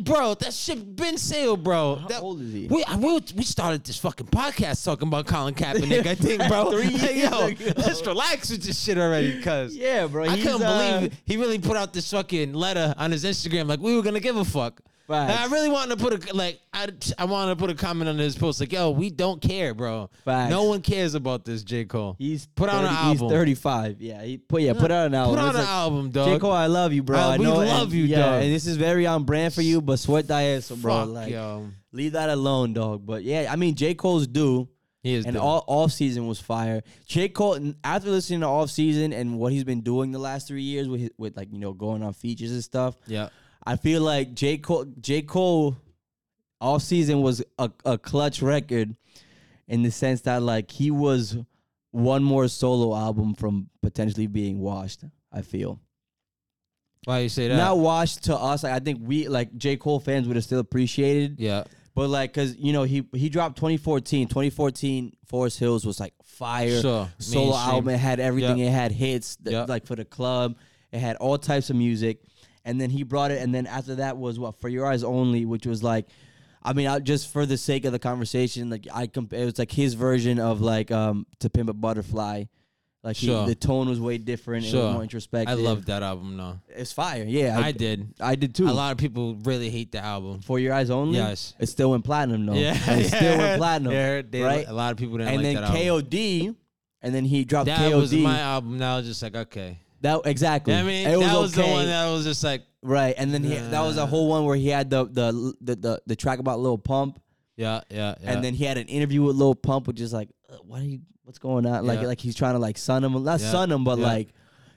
S2: Bro, that ship been sailed, bro.
S1: How
S2: That-
S1: old is he?
S2: We, I, we we started this fucking podcast talking about Colin Kaepernick. I think,
S1: (laughs)
S2: bro.
S1: Three
S2: Like,
S1: years
S2: yo,
S1: ago.
S2: Let's relax with this shit already, cuz.
S1: Yeah, bro.
S2: I
S1: he's,
S2: couldn't
S1: uh,
S2: believe he really put out this fucking letter on his Instagram. Like we were gonna give a fuck.
S1: Facts.
S2: Like, I really wanted to put a like I I wanted to put a comment on his post like, yo, we don't care, bro.
S1: Facts.
S2: No one cares about this J Cole.
S1: He's
S2: Put out an
S1: 30
S2: album.
S1: He's 35. Yeah, he put yeah, put out an album.
S2: put out
S1: It's
S2: an
S1: like,
S2: album, dog.
S1: J. Cole, I love you, bro.
S2: Uh,
S1: I
S2: we
S1: know,
S2: love
S1: and,
S2: you,
S1: yeah,
S2: dog.
S1: And this is very on brand for you, but sweat that ass, bro.
S2: Fuck,
S1: like,
S2: yo.
S1: leave that alone, dog. But yeah, I mean, J. Cole's due,
S2: He is
S1: and
S2: dope.
S1: all off season was fire. J. Cole, n- after listening to off season and what he's been doing the last three years with his, with like you know going on features and stuff,
S2: yeah.
S1: I feel like J Cole, J Cole, all season was a, a clutch record, in the sense that like he was one more solo album from potentially being washed. I feel
S2: Why you say that?
S1: not washed to us. I think we like J Cole fans would have still appreciated,
S2: yeah.
S1: but like because you know he he dropped 2014. 2014 Forest Hills was like fire
S2: Sure.
S1: solo
S2: Mainstream.
S1: album. It had everything.
S2: Yep.
S1: It had hits th-
S2: Yep.
S1: like for the club. It had all types of music, and then he brought it. And then after that was what for your eyes only, which was like, I mean, I, just for the sake of the conversation, like I comp- it was like his version of like um to pimp a butterfly. Like he-
S2: Sure.
S1: the tone was way different. It
S2: Sure.
S1: was more introspective.
S2: I loved that album though.
S1: It's fire. Yeah,
S2: I
S1: I,
S2: did.
S1: I did too.
S2: A lot of people really hate the album.
S1: for your eyes only.
S2: Yes.
S1: it still went platinum though. (laughs)
S2: Yeah,
S1: Oh. And it still went platinum.
S2: (laughs) Yeah, they-
S1: right?
S2: A lot of people didn't
S1: and
S2: like
S1: then
S2: that album.
S1: KOD, and then he dropped
S2: That
S1: KOD.
S2: was my album. Now I was just like, okay.
S1: that exactly.
S2: I mean,
S1: It
S2: that was the
S1: okay.
S2: one that was just like,
S1: Right, and then he, that was a whole one where he had the the the the, the track about Lil Pump,
S2: yeah, yeah, yeah.
S1: and then he had an interview with Lil Pump, which is like, uh, why are you? What's going on? Like
S2: Yeah.
S1: like he's trying to like son him, not
S2: Yeah,
S1: son him, but
S2: yeah.
S1: like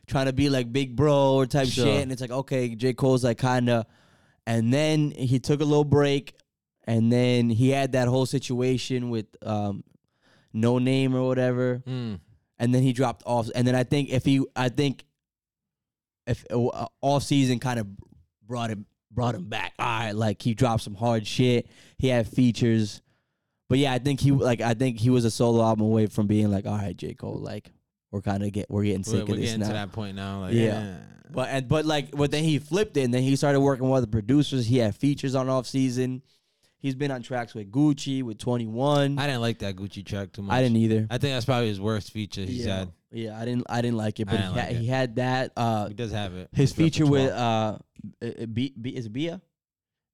S1: trying to be like big bro or type
S2: Sure.
S1: shit. And it's like okay, J Cole's like kind of, and then he took a little break, and then he had that whole situation with um, no name or whatever
S2: Mm,
S1: and then he dropped off. And then I think if he, I think if uh, off season kind of brought him brought him back. All right, like he dropped some hard shit. He had features, but yeah, I think he like I think he was a solo album away from being like, all right, J Cole, like we're kind of get we're getting
S2: we're,
S1: sick
S2: we're
S1: of this
S2: getting
S1: now.
S2: to that point now. Like,
S1: Yeah.
S2: yeah.
S1: But and but like but then he flipped it and then he started working with other producers. He had features on off season. He's been on tracks with Gucci, with Twenty One. I,
S2: I didn't like that Gucci track too much.
S1: didn't either.
S2: I think that's probably his worst feature he's
S1: yeah,
S2: had.
S1: yeah, I didn't I didn't like it, but
S2: I
S1: he,
S2: didn't
S1: had,
S2: like it.
S1: he had that uh
S2: He does have it.
S1: His
S2: His
S1: feature with
S2: repertoire.
S1: uh, uh, B, B is it Bia.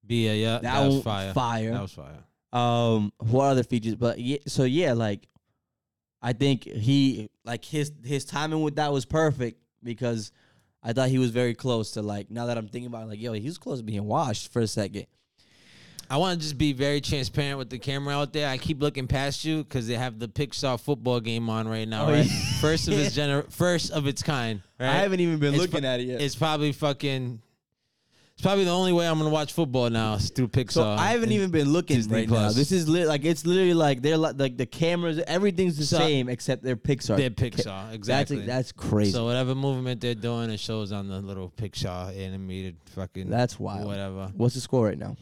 S2: Bia, yeah, that,
S1: That,
S2: was
S1: one-
S2: fire.
S1: fire.
S2: That was fire.
S1: um, what other features? But yeah, so yeah, like I think he like his his timing with that was perfect because I thought he was very close to like now that I'm thinking about it, like yo he was close to being washed for a second.
S2: I want to just be very transparent with the camera out there. I keep looking past you because they have the Pixar football game on right now,
S1: Oh,
S2: right?
S1: yeah. (laughs)
S2: First of its gener- first of its kind. Right?
S1: I haven't even been
S2: It's
S1: looking
S2: fu-
S1: at it yet.
S2: It's probably fucking. It's probably the only way I'm gonna watch football now is through Pixar.
S1: So I haven't
S2: And
S1: even been looking
S2: uh, Disney
S1: right now.
S2: Plus.
S1: This is lit like it's literally like they're like, like the cameras, everything's the
S2: So-
S1: same except they're Pixar.
S2: They're Pixar, exactly.
S1: That's that's crazy.
S2: so whatever movement they're doing, it shows on the little Pixar animated fucking
S1: that's wild.
S2: whatever.
S1: What's the score right now?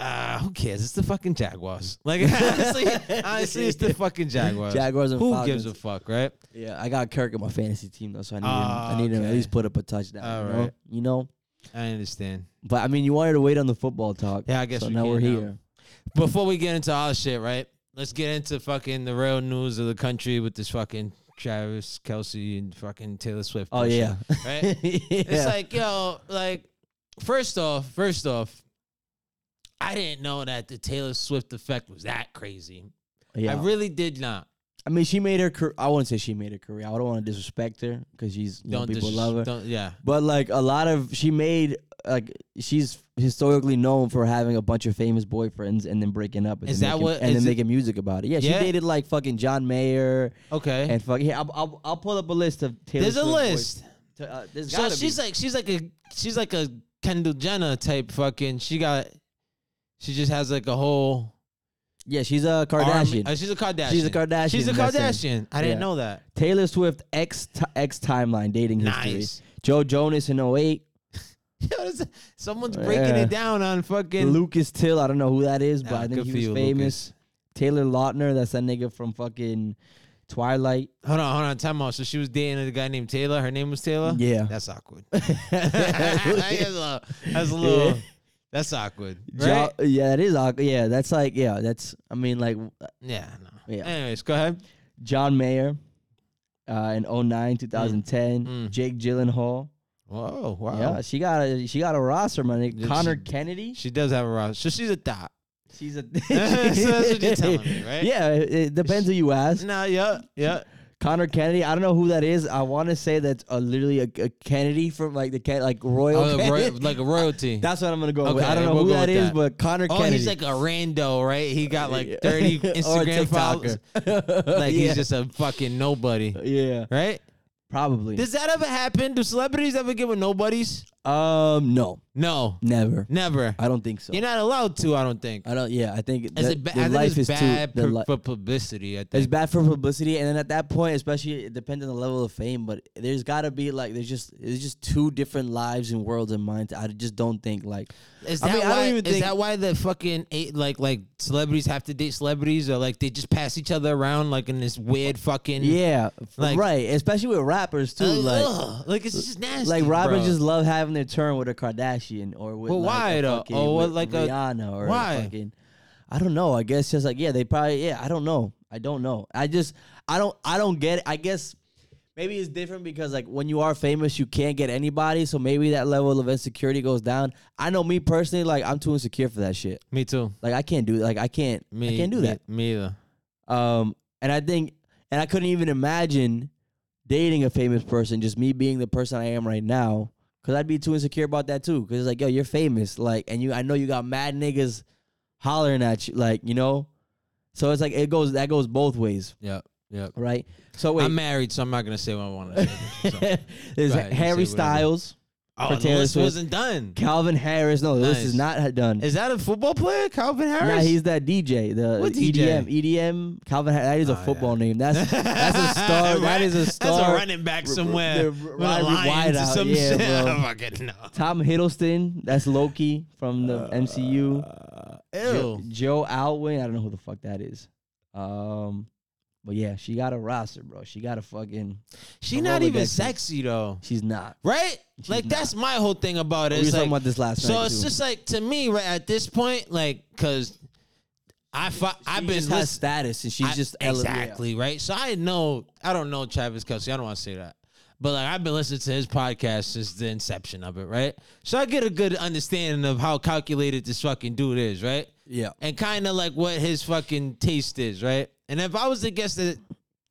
S2: Ah, who cares? It's the fucking Jaguars. (laughs)
S1: (laughs)
S2: Like honestly, honestly, it's the fucking Jaguars.
S1: Jaguars and
S2: Who
S1: Falcons.
S2: gives a fuck, right?
S1: Yeah, I got Kirk in my fantasy team though, so I need him. I
S2: Ah,
S1: need him to at
S2: okay.
S1: least put up a touchdown.
S2: All
S1: you, know?
S2: right.
S1: you know,
S2: I understand.
S1: but I mean, you wanted to wait on the football talk.
S2: Yeah, I guess
S1: so.
S2: we
S1: now
S2: can
S1: we're
S2: now.
S1: here.
S2: Before we get into all shit, right? Let's get into fucking the real news of the country with this fucking Travis Kelsey and fucking Taylor Swift.
S1: Oh
S2: bullshit,
S1: yeah.
S2: right.
S1: (laughs) it's
S2: (laughs) It's like, yo, like, first off, first off, I didn't know that the Taylor Swift effect was that crazy.
S1: yeah.
S2: I really did not.
S1: I mean, she made her. Car- I wouldn't say she made her career. I don't want to disrespect her because she's you know,
S2: Don't
S1: people
S2: dis-
S1: love her.
S2: Don't, yeah,
S1: But like a lot of she made like she's historically known for having a bunch of famous boyfriends and then breaking up. And
S2: Is
S1: then
S2: that
S1: making,
S2: what-
S1: And
S2: is
S1: then
S2: it-
S1: making music about it. Yeah,
S2: Yeah.
S1: she dated like fucking John Mayer
S2: okay.
S1: and fucking. Here, I'll, I'll I'll pull up a list of Taylor.
S2: There's a
S1: Swift boy-
S2: list.
S1: to- uh, there's
S2: So
S1: gotta be.
S2: she's like, she's like a, she's like a Kendall Jenner type fucking. She got, she just has like a whole.
S1: Yeah, she's a
S2: army-
S1: Kardashian.
S2: uh, she's a Kardashian.
S1: She's a Kardashian.
S2: She's a
S1: in that sense.
S2: Kardashian. I didn't
S1: Yeah.
S2: know that.
S1: Taylor Swift X ti- X timeline dating history.
S2: Nice. (laughs)
S1: Joe Jonas in 08.
S2: Yo, this- Someone's breaking
S1: Yeah.
S2: it down on fucking.
S1: Lucas Till. I don't know who that is, but
S2: Ah,
S1: I
S2: good
S1: think he
S2: for
S1: was
S2: you,
S1: famous.
S2: Lucas.
S1: Taylor Lautner. That's that nigga from fucking Twilight.
S2: Hold on, hold on, time out. So she was dating a guy named Taylor. Her name was Taylor.
S1: Yeah.
S2: (laughs)
S1: (laughs)
S2: that's awkward. that's a little. That's, a little, that's awkward.
S1: Jo-
S2: Right?
S1: yeah, that is awkward. Yeah, that's like yeah, that's I mean like uh,
S2: yeah. No.
S1: Yeah.
S2: Anyways, go ahead.
S1: John Mayer uh, in 09, 2010.
S2: Mm.
S1: Jake Gyllenhaal.
S2: Whoa, wow.
S1: Yeah, she got a she got a roster, man.
S2: Yeah,
S1: Connor
S2: she-
S1: Kennedy.
S2: She does have a roster. So she's a dot.
S1: She's (laughs) a.
S2: (laughs) that's what you're telling me, right?
S1: Yeah, it, it depends who you ask.
S2: No, yeah,
S1: (laughs)
S2: yeah.
S1: Connor Kennedy. I don't know who that is. I want to say that's uh literally a, a Kennedy from like the Ken- like royal.
S2: Oh, like, roy-
S1: Kennedy.
S2: like a royalty.
S1: (laughs) that's what I'm gonna go with.
S2: Okay,
S1: I don't know
S2: we'll
S1: who
S2: go
S1: that
S2: with
S1: is,
S2: that.
S1: but Connor
S2: Oh,
S1: Kennedy. (laughs)
S2: he's like a rando, right? He got like
S1: Yeah.
S2: 30
S1: (laughs) Or a
S2: Instagram followers.
S1: TikToker. (laughs)
S2: (laughs) Like
S1: yeah.
S2: he's just a fucking nobody,
S1: yeah,
S2: right?
S1: probably.
S2: Does that ever happen? Do celebrities ever get with nobodies?
S1: Um, no,
S2: No,
S1: never.
S2: never.
S1: I don't think so.
S2: You're not allowed to. I don't think.
S1: I don't. Yeah, I think
S2: Is
S1: the-
S2: it ba-
S1: the
S2: I think
S1: life
S2: it's
S1: is
S2: bad
S1: too.
S2: for,
S1: the li-
S2: for publicity. I
S1: it's
S2: think.
S1: bad for publicity, and then at that point, especially it depends on the level of fame. But there's got to be like there's just there's just two different lives and worlds and minds. I just don't think like
S2: Is
S1: I
S2: that
S1: mean, I
S2: why?
S1: don't even
S2: is
S1: think-
S2: that why the fucking eight, like like celebrities have to date celebrities or like they just pass each other around like in this weird fucking
S1: yeah, f-
S2: Like-
S1: right. Especially with rappers too.
S2: Uh,
S1: like
S2: ugh, like it's just nasty.
S1: like rappers
S2: bro.
S1: just love having their turn with a Kardashian or with
S2: But
S1: like
S2: why
S1: a
S2: though?
S1: fucking,
S2: Or what,
S1: with
S2: like a-
S1: Rihanna or a
S2: why?
S1: fucking I don't know. I guess just like yeah, they probably yeah. I don't know. I don't know. I just I don't I don't get. it. I guess maybe it's different because like when you are famous, you can't get anybody. So maybe that level of insecurity goes down. I know me personally, like I'm too insecure for that shit.
S2: me too.
S1: Like I can't do like I can't
S2: Me
S1: I can't do
S2: me-
S1: that.
S2: Me either.
S1: Um, and I think, and I couldn't even imagine dating a famous person, just me being the person I am right now, because I'd be too insecure about that too. Because like, yo, you're famous, like, and you, I know you got mad niggas hollering at you, like, you know. So it's like it goes that goes both ways,
S2: Yep. Yep.
S1: right? So wait, (laughs)
S2: I'm married, so I'm not gonna say what I want to say. so.
S1: there's
S2: Right, you say
S1: Harry
S2: whatever.
S1: Styles,
S2: Oh, the
S1: Taylor
S2: list
S1: Swift.
S2: wasn't done.
S1: Calvin Harris. No, this is not done.
S2: Is that a football player, Calvin Harris?
S1: Nah, he's that DJ, the E
S2: What DJ?
S1: EDM, EDM. Calvin Harris. That is a
S2: Oh,
S1: football
S2: yeah.
S1: name. That's that's
S2: (laughs)
S1: a star. That is a star.
S2: That's a running back somewhere.
S1: the
S2: with a
S1: Riley
S2: Lions or
S1: Whiteout,
S2: some
S1: yeah,
S2: shit. (laughs)
S1: bro.
S2: I fucking know.
S1: Tom Hiddleston, that's Loki from the
S2: Uh,
S1: MCU. Jo-
S2: Ew.
S1: Joe Alwyn, I don't know who the fuck that is. Um, but yeah, she got a roster, bro. She got a fucking.
S2: She
S1: the
S2: not even
S1: Rolodexes.
S2: sexy though,
S1: She's not.
S2: right?
S1: She's
S2: like
S1: not.
S2: that's my whole thing about it.
S1: we were
S2: It's
S1: talking
S2: like,
S1: about this last
S2: so
S1: night.
S2: it's
S1: too.
S2: just like to me, right at this point, like because I fi- I've
S1: She
S2: been
S1: just has
S2: listen-
S1: status, and she's
S2: I-
S1: just ele- yeah.
S2: exactly right. So I know I don't know Travis Kelsey. I don't want to say that, but like I've been listening to his podcast since the inception of it, right? So I get a good understanding of how calculated this fucking dude is, right?
S1: Yeah.
S2: And kind of like what his fucking taste is, right? And if I was to guess that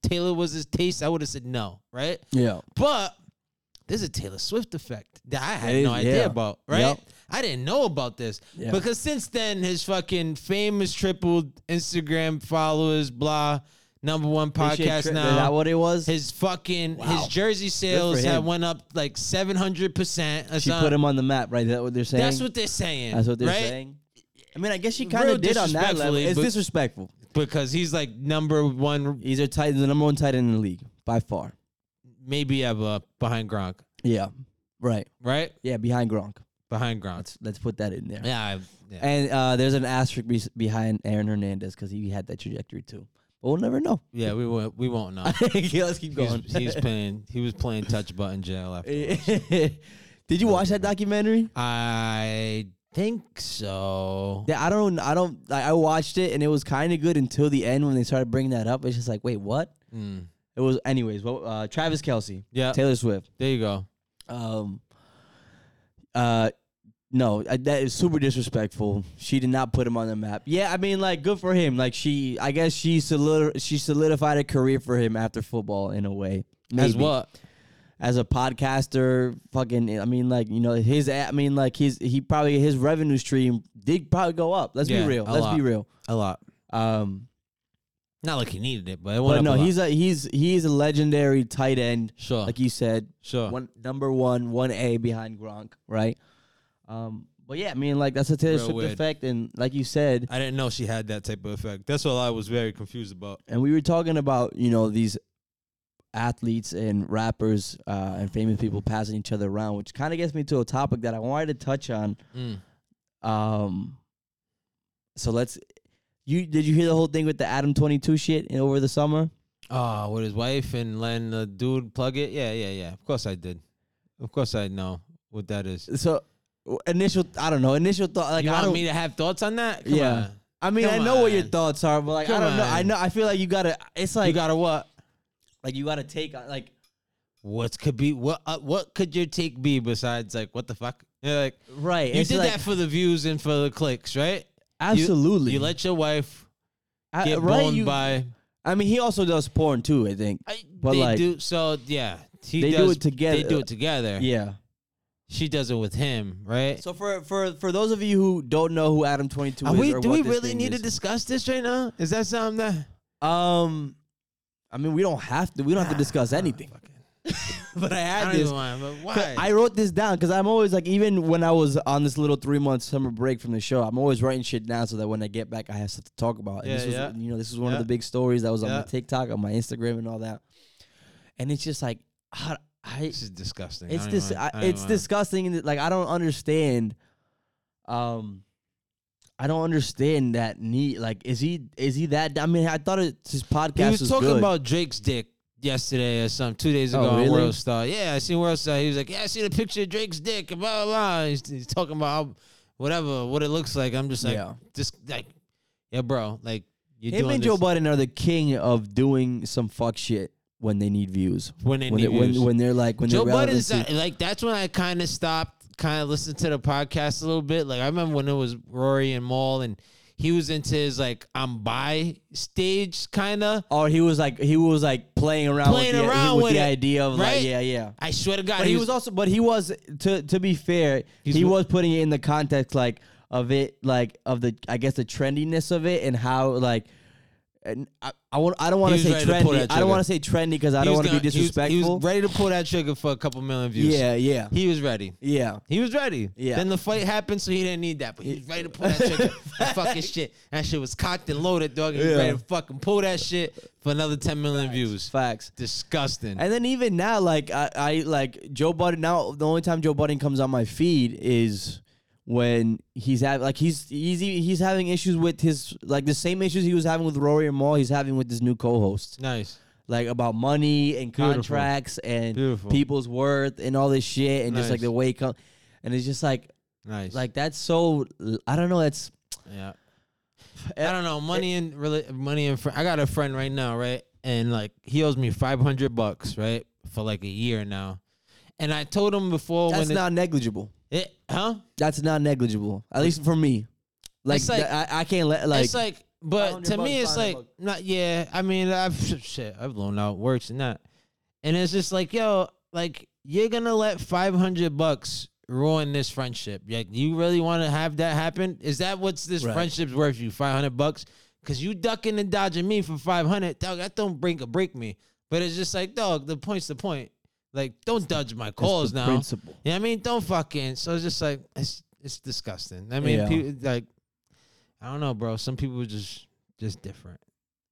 S2: Taylor was his taste, I would have said no, right?
S1: Yeah.
S2: But there's a Taylor Swift effect that I had
S1: It is,
S2: no idea
S1: yeah.
S2: about, right?
S1: Yep.
S2: I didn't know about this
S1: Yeah.
S2: because since then his fucking famous tripled Instagram followers, blah, number one
S1: Appreciate
S2: podcast
S1: Tri- Is that
S2: now.
S1: what it was?
S2: His fucking
S1: Wow.
S2: his jersey sales
S1: him.
S2: have went up like seven hundred percent.
S1: she put him on the map, right? Is that what they're saying?
S2: That's what they're saying.
S1: That's what they're
S2: right?
S1: saying. I mean, I guess she kind
S2: Real
S1: of did on that level.
S2: disrespectfully,
S1: It's
S2: but-
S1: disrespectful.
S2: Because he's like number one,
S1: He's a tight, the number one tight end in the league by far.
S2: maybe ever behind Gronk,
S1: Yeah. Right.
S2: right?
S1: Yeah. Behind Gronk.
S2: Behind Gronk.
S1: Let's let's put that in there.
S2: Yeah, I, yeah.
S1: And uh, there's an asterisk be- behind Aaron Hernandez because he had that trajectory too. But we'll never know. (laughs)
S2: yeah. We won't. We won't know.
S1: yeah, let's keep
S2: He was-
S1: going. (laughs)
S2: He was playing. He was playing touch button jail
S1: Eh,
S2: after.
S1: Did you watch that documentary?
S2: I think so.
S1: Yeah, I don't. I don't. Like, I watched it and it was kind of good until the end when they started bringing that up. It's just like, wait, what?
S2: Mm. Uh,
S1: It was, anyways. Well, uh, Travis Kelsey,
S2: Yeah.
S1: Taylor Swift.
S2: there you go.
S1: Um. Uh. No, I, that is super disrespectful. She did not put him on the map. Yeah, I mean, like, good for him. Like, she, I guess she solid, she solidified a career for him after football in a way.
S2: As
S1: Maybe.
S2: what?
S1: As a podcaster, fucking, I mean, like, you know, his, I mean, like, his, he probably his revenue stream did probably go up. Let's
S2: Yeah,
S1: be real.
S2: a
S1: Let's
S2: lot.
S1: be real.
S2: A lot.
S1: Um,
S2: Not like he needed it, but it went
S1: but
S2: up
S1: no,
S2: a lot.
S1: he's a he's he's a legendary tight end,
S2: sure.
S1: like you said.
S2: sure.
S1: one number one, one A behind Gronk, right? Um, but yeah, I mean, like that's a Taylor
S2: Real
S1: Swift
S2: weird.
S1: effect, and like you said,
S2: I didn't know she had that type of effect. That's all I was very confused about.
S1: and we were talking about you know these athletes and rappers uh, and famous people passing each other around, which kind of gets me to a topic that I wanted to touch on.
S2: Mm.
S1: Um, so let's. You did you hear the whole thing with the Adam Twenty Two shit in- over the summer?
S2: Oh, with his wife and letting the dude plug it. Yeah, yeah, yeah. Of course I did. Of course I know what that is.
S1: So w- initial, I don't know. Initial thought, like
S2: you
S1: I
S2: want
S1: don't.
S2: me to have thoughts on that? Come
S1: Yeah.
S2: on.
S1: I mean, I
S2: Come
S1: know what your
S2: on.
S1: thoughts are, but like
S2: Come
S1: I don't know. I
S2: on.
S1: know. I feel like you gotta. It's like
S2: you gotta what?
S1: like you gotta take
S2: uh,
S1: on like
S2: What could be what? Uh, what could your take be besides like what the fuck? Yeah, like
S1: right.
S2: You
S1: it's
S2: did
S1: like,
S2: that for the views and for the clicks, right?
S1: absolutely.
S2: You let your wife
S1: I,
S2: get
S1: right,
S2: boned
S1: you-
S2: by.
S1: I mean, he also does porn too. I think.
S2: I,
S1: But,
S2: they
S1: like,
S2: do so. Yeah, he
S1: they do
S2: does-
S1: it together.
S2: They do it together.
S1: Yeah.
S2: She does it with him, right?
S1: So for for for those of you who don't know who Adam Twenty Two
S2: Are
S1: is,
S2: we,
S1: or
S2: do
S1: what
S2: we
S1: this
S2: really
S1: thing
S2: need
S1: is,
S2: to discuss this right now? Is that something that
S1: Um, I mean, we don't have to. We don't have to discuss anything. (laughs) but I
S2: I
S1: had
S2: don't
S1: this.
S2: even want. But why?
S1: I wrote this down because I'm always like, even when I was on this little three month summer break from the show, I'm always writing shit down so that when I get back, I have stuff to talk about. And
S2: Yeah,
S1: this was,
S2: yeah.
S1: you know, this was one of
S2: Yeah.
S1: the big stories that was on my
S2: Yeah.
S1: TikTok, on my Instagram, and all that. And it's just like, I, I
S2: this is disgusting. I
S1: it's
S2: don't
S1: this,
S2: even wanna-
S1: I, it's
S2: don't even wanna-
S1: disgusting. and, Like I don't understand. Um, I don't understand that need. Like, is he, is he that? I mean, I thought it, his podcast
S2: He
S1: was,
S2: was, talking
S1: good.
S2: about Drake's dick yesterday or something, two days
S1: Oh,
S2: ago on
S1: really?
S2: World Star. Yeah, I seen World Star. He was like, "Yeah, I seen a picture of Drake's dick." and Blah blah. blah. He's, he's talking about how, whatever what it looks like. I'm just like,
S1: Yeah.
S2: just like, yeah, bro. Like you're
S1: Him
S2: doing
S1: and
S2: this
S1: Joe Budden are the king of doing some fuck shit when they need views.
S2: when they
S1: When,
S2: need
S1: it- when,
S2: views.
S1: when they're like when
S2: Joe
S1: they're
S2: Budden's not- like that's when I kind of stopped, kind of listened to the podcast a little bit. Like I remember when it was Rory and Maul, and he was into his like I'm bi stage kind of.
S1: or he was like he was like playing around
S2: Playing
S1: with the,
S2: around
S1: with
S2: with
S1: the
S2: it,
S1: idea of
S2: right?
S1: like yeah yeah.
S2: I swear to God,
S1: But he was also but he was to to be fair
S2: He's
S1: he
S2: w-
S1: was putting it in the context like of it like of the I guess the trendiness of it and how like. And I, I, want, I don't want
S2: He
S1: to
S2: was
S1: say
S2: ready to pull
S1: trendy.
S2: that
S1: I don't
S2: trigger.
S1: want to say trendy because I don't want to be disrespectful.
S2: He was, ready to pull that trigger for a couple million views.
S1: yeah, yeah,
S2: he was ready.
S1: yeah.
S2: He was ready.
S1: Yeah.
S2: Then the fight happened, so he didn't need that. But he was ready to pull that
S1: (laughs)
S2: trigger. and fuck his shit. That shit was cocked and loaded, dog. And he was
S1: Yeah.
S2: ready to fucking pull that shit for another 10 million views.
S1: Facts.
S2: Disgusting.
S1: And then even now, like I, I like Joe Budden. Now the only time Joe Budden comes on my feed is when he's having like he's he's e, he's having issues with his like the same issues he was having with Rory and Maul. He's having with his new co-host,
S2: nice.
S1: like about money and
S2: Beautiful.
S1: contracts and
S2: Beautiful.
S1: people's worth and all this shit, and just like
S2: Nice.
S1: the way it comes. And it's just like
S2: Nice.
S1: like that's so I don't know. That's
S2: yeah.
S1: eh,
S2: I don't know. Money and rela- money and fr- I got a friend right now, right? And like he owes me 500 bucks, right? For like a year now. And I told him before
S1: that's
S2: when
S1: not negligible.
S2: it, it huh?
S1: That's not negligible. At least for me. Like,
S2: It's like-
S1: th- I, I can't let like
S2: it's like, but
S1: 500
S2: to me,
S1: bucks,
S2: it's
S1: 500
S2: like
S1: bucks.
S2: not. Yeah, I mean, I've (laughs) shit, I've blown out works and that, and it's just like, yo, like you're gonna let five hundred bucks ruin this friendship? Like, you really want to have that happen? Is that what's this
S1: Right.
S2: friendship's worth? You five hundred bucks? Cause you ducking and dodging me for five hundred, dog. That don't break or break me. But it's just like, dog. The point's the point. Like, don't dodge my
S1: that's
S2: calls
S1: the
S2: now.
S1: Principle.
S2: Yeah, I mean, don't fucking. So it's just like it's it's disgusting. I mean,
S1: Yeah.
S2: peo- like I don't know, bro. Some people are just just different.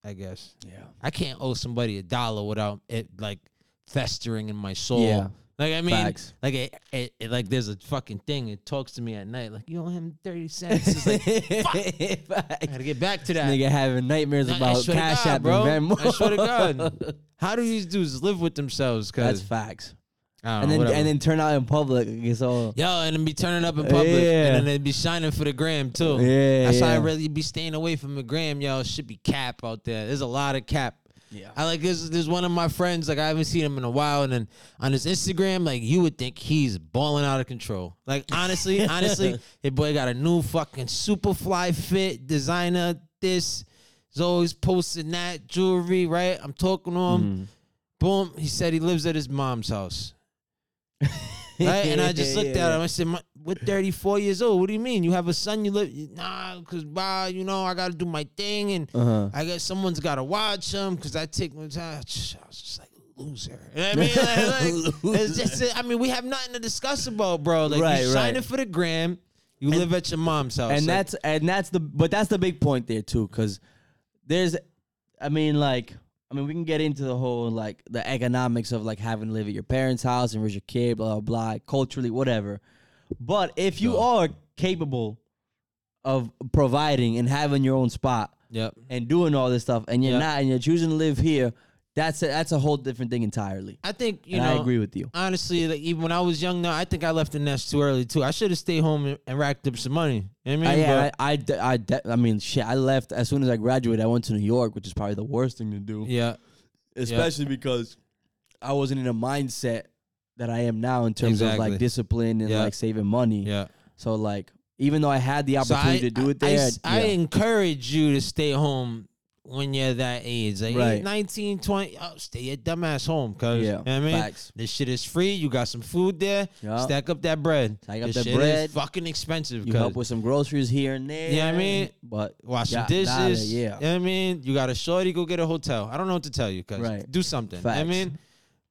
S2: I guess
S1: Yeah.
S2: I can't owe somebody a dollar without it like festering in my soul.
S1: Yeah.
S2: Like I mean,
S1: Facts.
S2: like it, it, it- like there's a fucking thing. It talks to me at night. Like you owe him thirty cents. It's like
S1: (laughs)
S2: (laughs) I gotta get back to that.
S1: Nigga having nightmares
S2: I- I
S1: about
S2: swear to
S1: Cash
S2: God,
S1: App
S2: bro.
S1: and Venmo.
S2: I swear to God. How do these dudes live with themselves?
S1: (laughs) That's
S2: Cause
S1: facts. And
S2: I don't know,
S1: then
S2: whatever.
S1: and then turn out in public. It's all
S2: Yo, and then be turning up in public,
S1: Yeah.
S2: and then they be shining for the gram too.
S1: Yeah,
S2: that's why I
S1: yeah.
S2: really be staying away from the gram. Yo, it should be cap out there. There's a lot of cap.
S1: Yeah.
S2: I like this. There's one of my friends. Like I haven't seen him in a while, and then on his Instagram, like you would think he's balling out of control. Like
S1: (laughs)
S2: honestly, honestly, your boy got a new fucking super fly fit designer. This is always posting that jewelry, right? I'm talking to him.
S1: Mm.
S2: Boom. He said he lives at his mom's house.
S1: Mm.
S2: (laughs) Right? And
S1: (laughs)
S2: I just looked at him. I said, "My- "We're 34 years old. What do you mean? You have a son? You live? Nah, cause wow, you know, I got to do my thing, and
S1: Uh-huh.
S2: I guess someone's got to watch him, cause I take my time." I was just like loser. You know what I mean,
S1: (laughs)
S2: Like, like, it's just, I mean, we have nothing to discuss about, bro. Like
S1: Right,
S2: you
S1: right.
S2: signing for the gram, you live at your mom's house,
S1: And
S2: Like,
S1: that's and that's the but that's the big point there too, because there's, I mean, like, I mean, we can get into the whole like the economics of like having to live at your parents' house and raise your kid, blah blah blah, culturally, whatever. But if you
S2: Sure.
S1: are capable of providing and having your own spot
S2: yep.
S1: and doing all this stuff, and you're
S2: Yeah.
S1: not, and you're choosing to live here, that's a, that's a whole different thing entirely.
S2: I think you
S1: and
S2: know.
S1: I agree with you.
S2: Honestly, like, even when I was young, now I think I left the nest too early too. I should have stayed home and, and racked up some money. You know what I
S1: I,
S2: mean, But-
S1: Uh, yeah, I, I, de- I, de- I mean, shit. I left as soon as I graduated. I went to New York, which is probably the worst thing to do.
S2: Yeah,
S1: especially because I wasn't in a mindset that I am now in terms of
S2: Exactly.
S1: like discipline and
S2: Yeah.
S1: like saving money.
S2: yeah.
S1: So like, even though I had the opportunity to do it
S2: I,
S1: there,
S2: s- I
S1: yeah.
S2: encourage you to stay home when you're that age, like
S1: Right.
S2: 19, 20. Oh, stay your dumbass home, cause
S1: Yeah,
S2: you know what I mean,
S1: facts.
S2: this shit is free. You got some food there.
S1: Yeah.
S2: Stack up that bread.
S1: Stack up
S2: This
S1: that
S2: shit is
S1: bread.
S2: fucking expensive.
S1: you
S2: cause
S1: help with some groceries here and there.
S2: You know what I mean?
S1: But
S2: Wash
S1: Yeah,
S2: some dishes.
S1: dollar, yeah.
S2: You know what I mean? You got a shorty, go get a hotel. I don't know what to tell you, cuz
S1: Right.
S2: do something. You know what
S1: Facts.
S2: I mean?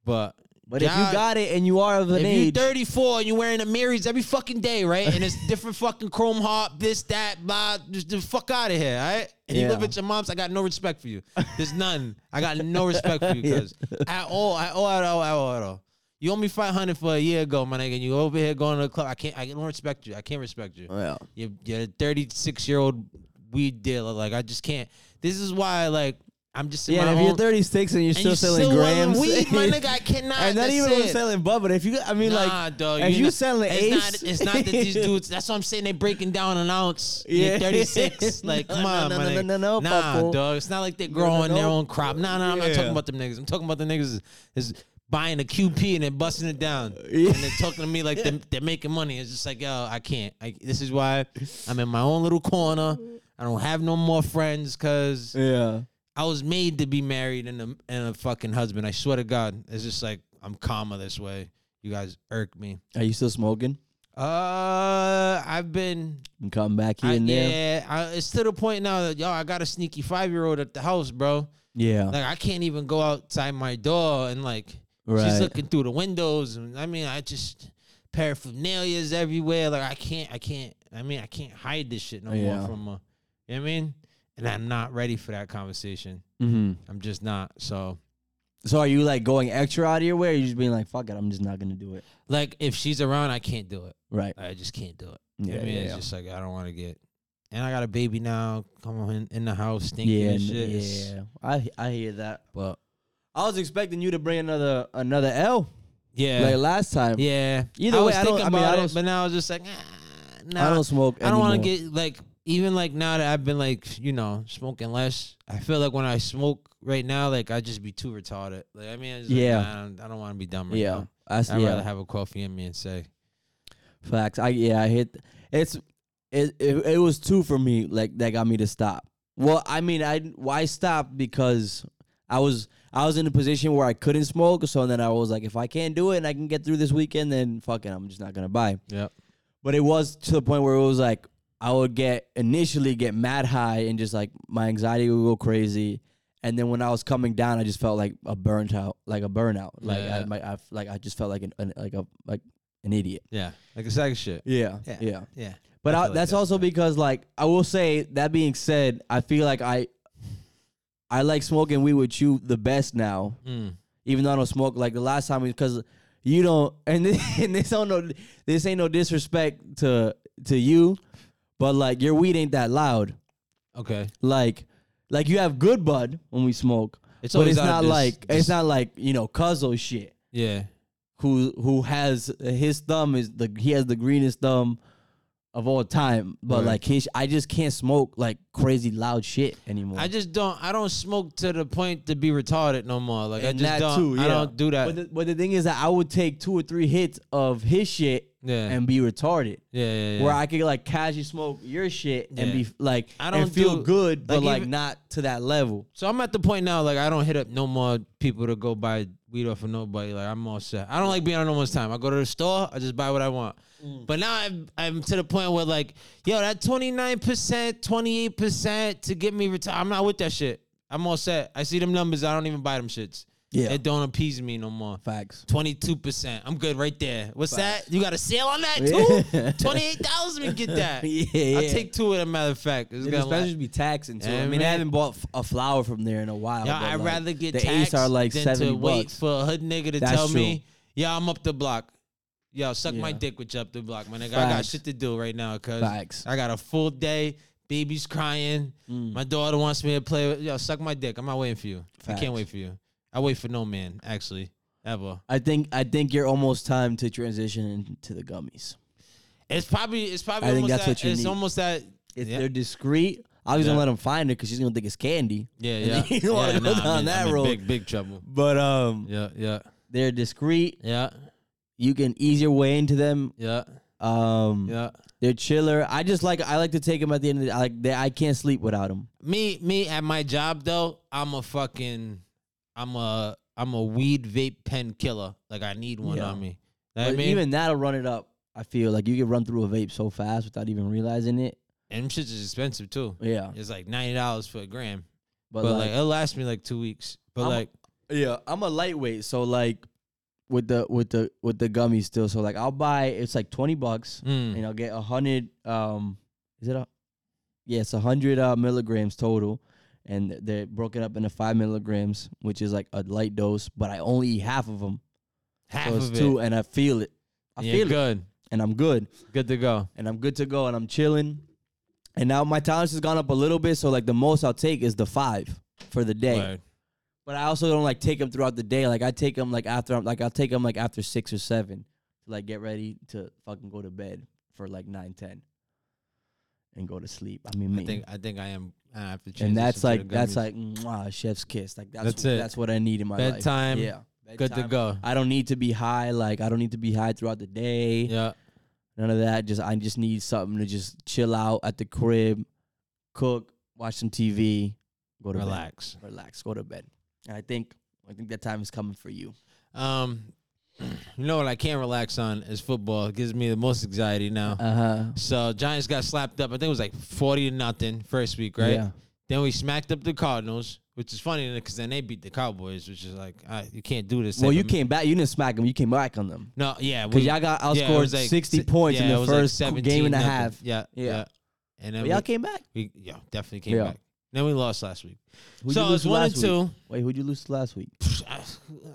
S2: But
S1: But if
S2: God-
S1: you got it and you are of an
S2: if
S1: age,
S2: you're 34 and you're wearing a Mary's every fucking day, right? And it's different fucking chrome heart, this, that, blah. Just the fuck out of here, all right? And you
S1: Yeah.
S2: live at your mom's. I got no respect for you. There's none. I got no respect
S1: (laughs)
S2: for you,
S1: Yeah.
S2: cuz at all, at all, at all, at all, at all. You owe me 500 for a year ago, my nigga. And you over here going to the club. I can't. I don't respect you. I can't respect you.
S1: well,
S2: You're, you're a 36 year old weed dealer. Like I just can't. This is why, like, I'm just in
S1: yeah.
S2: my
S1: and If
S2: own.
S1: you're 36 and you're
S2: and
S1: still
S2: you
S1: selling
S2: still rolling
S1: grams, (laughs)
S2: weed, my nigga. I cannot.
S1: and not
S2: that's
S1: even
S2: it.
S1: selling bud, but if you, I mean,
S2: Nah,
S1: like,
S2: dog,
S1: if you
S2: not-
S1: selling
S2: it's
S1: Ace-
S2: not, it's not
S1: (laughs)
S2: that these dudes. That's what I'm saying. They breaking down an ounce.
S1: Yeah.
S2: Yeah, 36.
S1: (laughs)
S2: Like,
S1: No,
S2: come
S1: no,
S2: on,
S1: no,
S2: my
S1: no,
S2: nigga.
S1: no, no,
S2: nah,
S1: papo.
S2: dog. It's not like they're growing their
S1: no.
S2: own crop. Nah, nah. I'm not
S1: Yeah.
S2: talking about them niggas. I'm talking about the niggas is, is buying a QP and then busting it
S1: (laughs)
S2: down.
S1: Yeah.
S2: And they're talking to me like they're, they're making money. It's just like, yo, I can't. I, this is why I'm in my own little corner. I don't have no more friends because
S1: yeah,
S2: I was made to be married and a and a fucking husband. I swear to God, it's just like I'm calmer this way. You guys irk me.
S1: are you still smoking?
S2: Uh, I've been
S1: And come back here
S2: I,
S1: and there.
S2: yeah. I, it's to the point now that yo, I got a sneaky five year old at the house, bro.
S1: Yeah,
S2: Like I can't even go outside my door and like
S1: Right.
S2: she's looking through the windows. And I mean, I just paraphernalia's everywhere. Like I can't, I can't. I mean, I can't hide this shit no
S1: Yeah.
S2: more from. Uh, you know what I mean? And I'm not ready for that conversation.
S1: hmm
S2: I'm just not. So.
S1: So are you like going extra out of your way? Or you just being like, fuck it, I'm just not gonna do it.
S2: like if she's around, I can't do it.
S1: Right.
S2: I just can't do it. You know
S1: Yeah.
S2: what I mean,
S1: yeah,
S2: it's
S1: yeah.
S2: just like I don't want to get. And I got a baby now. Come on in, in the house, stinking
S1: Yeah,
S2: and
S1: n-
S2: shit. It's-
S1: yeah. I I hear that.
S2: But
S1: I was expecting you to bring another another L
S2: yeah,
S1: like last time.
S2: yeah.
S1: Either
S2: I
S1: way,
S2: was
S1: I don't-
S2: thinking
S1: I mean, I
S2: about
S1: don't
S2: it,
S1: s-
S2: but now I was just like, ah, nah.
S1: I don't smoke.
S2: I don't want to
S1: anymore.
S2: get like even like now that I've been like you know smoking less. I feel like when I smoke right now, like I just be too retarded. Like I mean, it's like,
S1: Yeah.
S2: nah, I don't, I don't want to be dumb right
S1: Yeah.
S2: now.
S1: I s-
S2: I'd
S1: yeah.
S2: rather have a coffee in me and say,
S1: Facts. I yeah, I hit it's it, it it was two for me like that got me to stop. Well, I mean, I why stop because I was I was in a position where I couldn't smoke, so then I was like if I can't do it and I can get through this weekend then fucking I'm just not going to buy.
S2: yep,
S1: But it was to the point where it was like I would get initially get mad high and just like my anxiety would go crazy. And then when I was coming down, I just felt like a burnt out, like a burnout, like I,
S2: Yeah.
S1: my, I f- like I just felt like an, an like a like an idiot.
S2: yeah, like a sack of shit.
S1: Yeah,
S2: Yeah.
S1: yeah.
S2: Yeah,
S1: But
S2: I
S1: I,
S2: feel like
S1: that's
S2: that.
S1: also because, like, I will say that being said, I feel like I, I like smoking weed with you the best now.
S2: Mm.
S1: Even though I don't smoke, like the last time, because you don't, (laughs) and this, and this don't no, this ain't no disrespect to to you, but like your weed ain't that loud.
S2: okay.
S1: Like, like you have good bud when we smoke,
S2: It's
S1: but
S2: always
S1: it's
S2: out of
S1: not
S2: this-
S1: like
S2: this-
S1: it's not like you know Cuzzo shit
S2: Yeah.
S1: who who has his thumb is the he has the greenest thumb of all time. But
S2: Right.
S1: like his, I just can't smoke like crazy loud shit anymore.
S2: I just don't. I don't smoke to the point to be retarded no more. Like I
S1: And
S2: just
S1: that
S2: don't.
S1: too,
S2: I
S1: yeah.
S2: don't do that.
S1: but the, but the thing is that I would take two or three hits of his shit
S2: yeah.
S1: and be retarded.
S2: yeah. Yeah. Yeah.
S1: Where I could like casually smoke your shit and
S2: Yeah.
S1: be like,
S2: I
S1: I don't
S2: don't
S1: feel
S2: do-
S1: good, but
S2: like,
S1: like
S2: even-
S1: not to that level.
S2: so I'm at the point now. Like I don't hit up no more people to go buy weed off of nobody. Like I'm all set. I don't like being on no one's time. I go to the store. I just buy what I want.
S1: Mm.
S2: But now I'm I'm to the point where like, yo, that 29 percent, 28 percent to get me retired. I'm not with that shit. I'm all set. I see them numbers. I don't even buy them shits.
S1: Yeah.
S2: It don't appease me no more.
S1: Facts.
S2: Twenty-two percent. I'm good right there. What's
S1: Facts.
S2: that? You got a sale on that
S1: (laughs) Yeah.
S2: too? Twenty-eight thousand. We get that.
S1: Yeah, (laughs)
S2: I'll
S1: yeah.
S2: take two of them. Matter of fact, it's
S1: It
S2: gonna
S1: especially
S2: last.
S1: be taxing too.
S2: Yeah,
S1: I mean, I
S2: man.
S1: haven't bought f- a flower from there in a while.
S2: Yo,
S1: but,
S2: I'd
S1: like,
S2: rather get
S1: the Ace
S2: taxed
S1: are like
S2: than
S1: seventy
S2: to wait
S1: bucks.
S2: for a hood nigga to
S1: That's
S2: tell
S1: true.
S2: me, "Yeah, I'm up the block." Yo, suck my
S1: Yeah.
S2: dick with you up the block, my nigga. I got
S1: Facts.
S2: shit to do right now, cause
S1: Facts.
S2: I got a full day. Baby's crying.
S1: Mm.
S2: My daughter wants me to play. With, yo, suck my dick. I'm not waiting for you. I
S1: Facts.
S2: can't wait for you. I wait for no man, actually, ever.
S1: I think I think you're almost time to transition into the gummies.
S2: It's probably it's probably
S1: I think
S2: almost
S1: that's
S2: that,
S1: what you
S2: it's
S1: need.
S2: almost that
S1: If
S2: Yeah.
S1: they're discreet, I was gonna
S2: Yeah.
S1: let them find it because she's gonna think it's candy. (laughs)
S2: Yeah,
S1: And
S2: yeah.
S1: you don't wanna
S2: yeah,
S1: go down
S2: I'm in,
S1: that
S2: I'm in
S1: road.
S2: Big, big trouble.
S1: But um,
S2: Yeah, yeah,
S1: they're discreet.
S2: yeah,
S1: You can ease your way into them.
S2: yeah,
S1: Um,
S2: yeah.
S1: they're chiller. I just like I like to take them at the end of the I like they, I can't sleep without them.
S2: Me, me at my job though, I'm a fucking, I'm a, I'm a weed vape pen killer. Like I need one
S1: Yeah.
S2: on me. Know what I
S1: But
S2: mean,
S1: even that'll run it up. I feel like you can run through a vape so fast without even realizing it.
S2: and them shits is expensive too.
S1: Yeah,
S2: It's like ninety dollars for a gram,
S1: but,
S2: but, like,
S1: like
S2: it'll last me like two weeks. But
S1: I'm-
S2: like,
S1: yeah, I'm a lightweight, so like with the with the with the gummies still. So like I'll buy it's like twenty bucks
S2: Mm.
S1: and I'll get a hundred um is it a yeah, it's a hundred uh, milligrams total. And they're broken up into five milligrams, which is like a light dose, but I only eat half of them.
S2: Half
S1: so it's
S2: of it.
S1: two, and I feel it. I
S2: You're
S1: feel it,
S2: good.
S1: and I'm good
S2: Good to go.
S1: and I'm good to go and I'm chilling. And now my tolerance has gone up a little bit, so like the most I'll take is the five for the day.
S2: Word.
S1: But I also don't like take them throughout the day. Like I take them like after I'm like I'll take them like after six or seven to like get ready to fucking go to bed for like nine ten and go to sleep. I mean, me.
S2: I think I think I am. I have to change.
S1: and
S2: this
S1: that's
S2: into
S1: like
S2: the
S1: that's
S2: gummies.
S1: like mwah, chef's kiss. Like that's
S2: That's it.
S1: That's what I need in my
S2: Bedtime,
S1: life. Yeah,
S2: good to
S1: Bedtime.
S2: go.
S1: I don't need to be high. Like I don't need to be high throughout the day.
S2: Yeah,
S1: None of that. Just I just need something to just chill out at the crib, cook, watch some TV, go to
S2: relax.
S1: bed. Relax, go to bed. And I think I think that time is coming for you.
S2: Um, (clears throat) you know what I can't relax on is football. It gives me the most anxiety now.
S1: Uh huh.
S2: So Giants got slapped up. I think it was like forty to nothing first week, right?
S1: Yeah.
S2: Then we smacked up the Cardinals, which is funny because then they beat the Cowboys, which is like all right, you can't do this.
S1: Well,
S2: type
S1: you
S2: of-
S1: came back. You didn't smack them. You came back on them
S2: No, yeah,
S1: because
S2: we,
S1: y'all got
S2: yeah, it was
S1: outscored
S2: like
S1: sixty
S2: si-
S1: points in
S2: yeah, it
S1: the
S2: was like
S1: first qu-
S2: 17
S1: game and a
S2: nothing.
S1: half.
S2: Yeah,
S1: Yeah.
S2: yeah, And then
S1: But
S2: we,
S1: y'all came back.
S2: we- yeah, definitely came
S1: Yeah.
S2: back. Then we lost last week,
S1: Who'd you
S2: so
S1: lose
S2: it's
S1: to
S2: one and
S1: last week?
S2: two.
S1: Wait, who'd you lose to last week?
S2: I,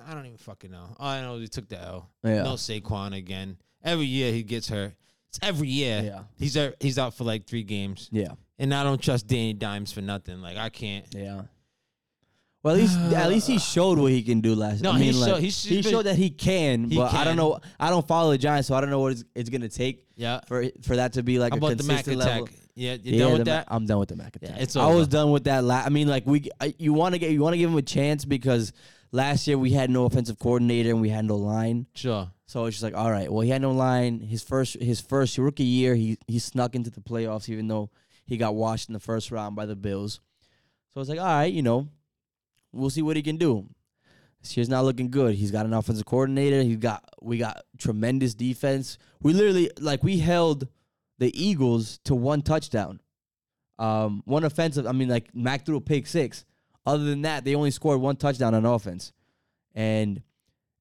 S2: I don't even fucking know. All I know is we took the L.
S1: Yeah.
S2: No Saquon again. Every year he gets hurt. It's every year.
S1: Yeah.
S2: He's out, he's out for like three games,
S1: Yeah.
S2: and I don't trust Danny Dimes for nothing. Like I can't.
S1: Yeah. Well, at least at least
S2: (sighs)
S1: he showed what he can do last.
S2: No,
S1: I mean,
S2: he
S1: like,
S2: showed- he's-
S1: he
S2: he's been-
S1: showed that he can,
S2: He
S1: but I don't
S2: can.
S1: know. I don't follow the Giants, so I don't know what it's, it's gonna take
S2: Yeah.
S1: for for that to be like
S2: How
S1: a
S2: about the Mac
S1: consistent level.
S2: attack? Yeah, you done
S1: Yeah,
S2: with
S1: the Ma-
S2: that?
S1: I'm done with the Mac attack.
S2: it's
S1: I was
S2: over.
S1: done with that. La- I mean, like we, I, you want to get, you want to give him a chance because last year we had no offensive coordinator and we had no line.
S2: Sure.
S1: So it's just like, all right, well, he had no line. His first his first rookie year, he he snuck into the playoffs, even though he got washed in the first round by the Bills. So it's like, all right, you know, we'll see what he can do. This year's not looking good. He's got an offensive coordinator. He's got we got tremendous defense. We literally like we held the Eagles to one touchdown. Um, one offensive. I mean, like Mac threw a pick six. Other than that, they only scored one touchdown on offense, and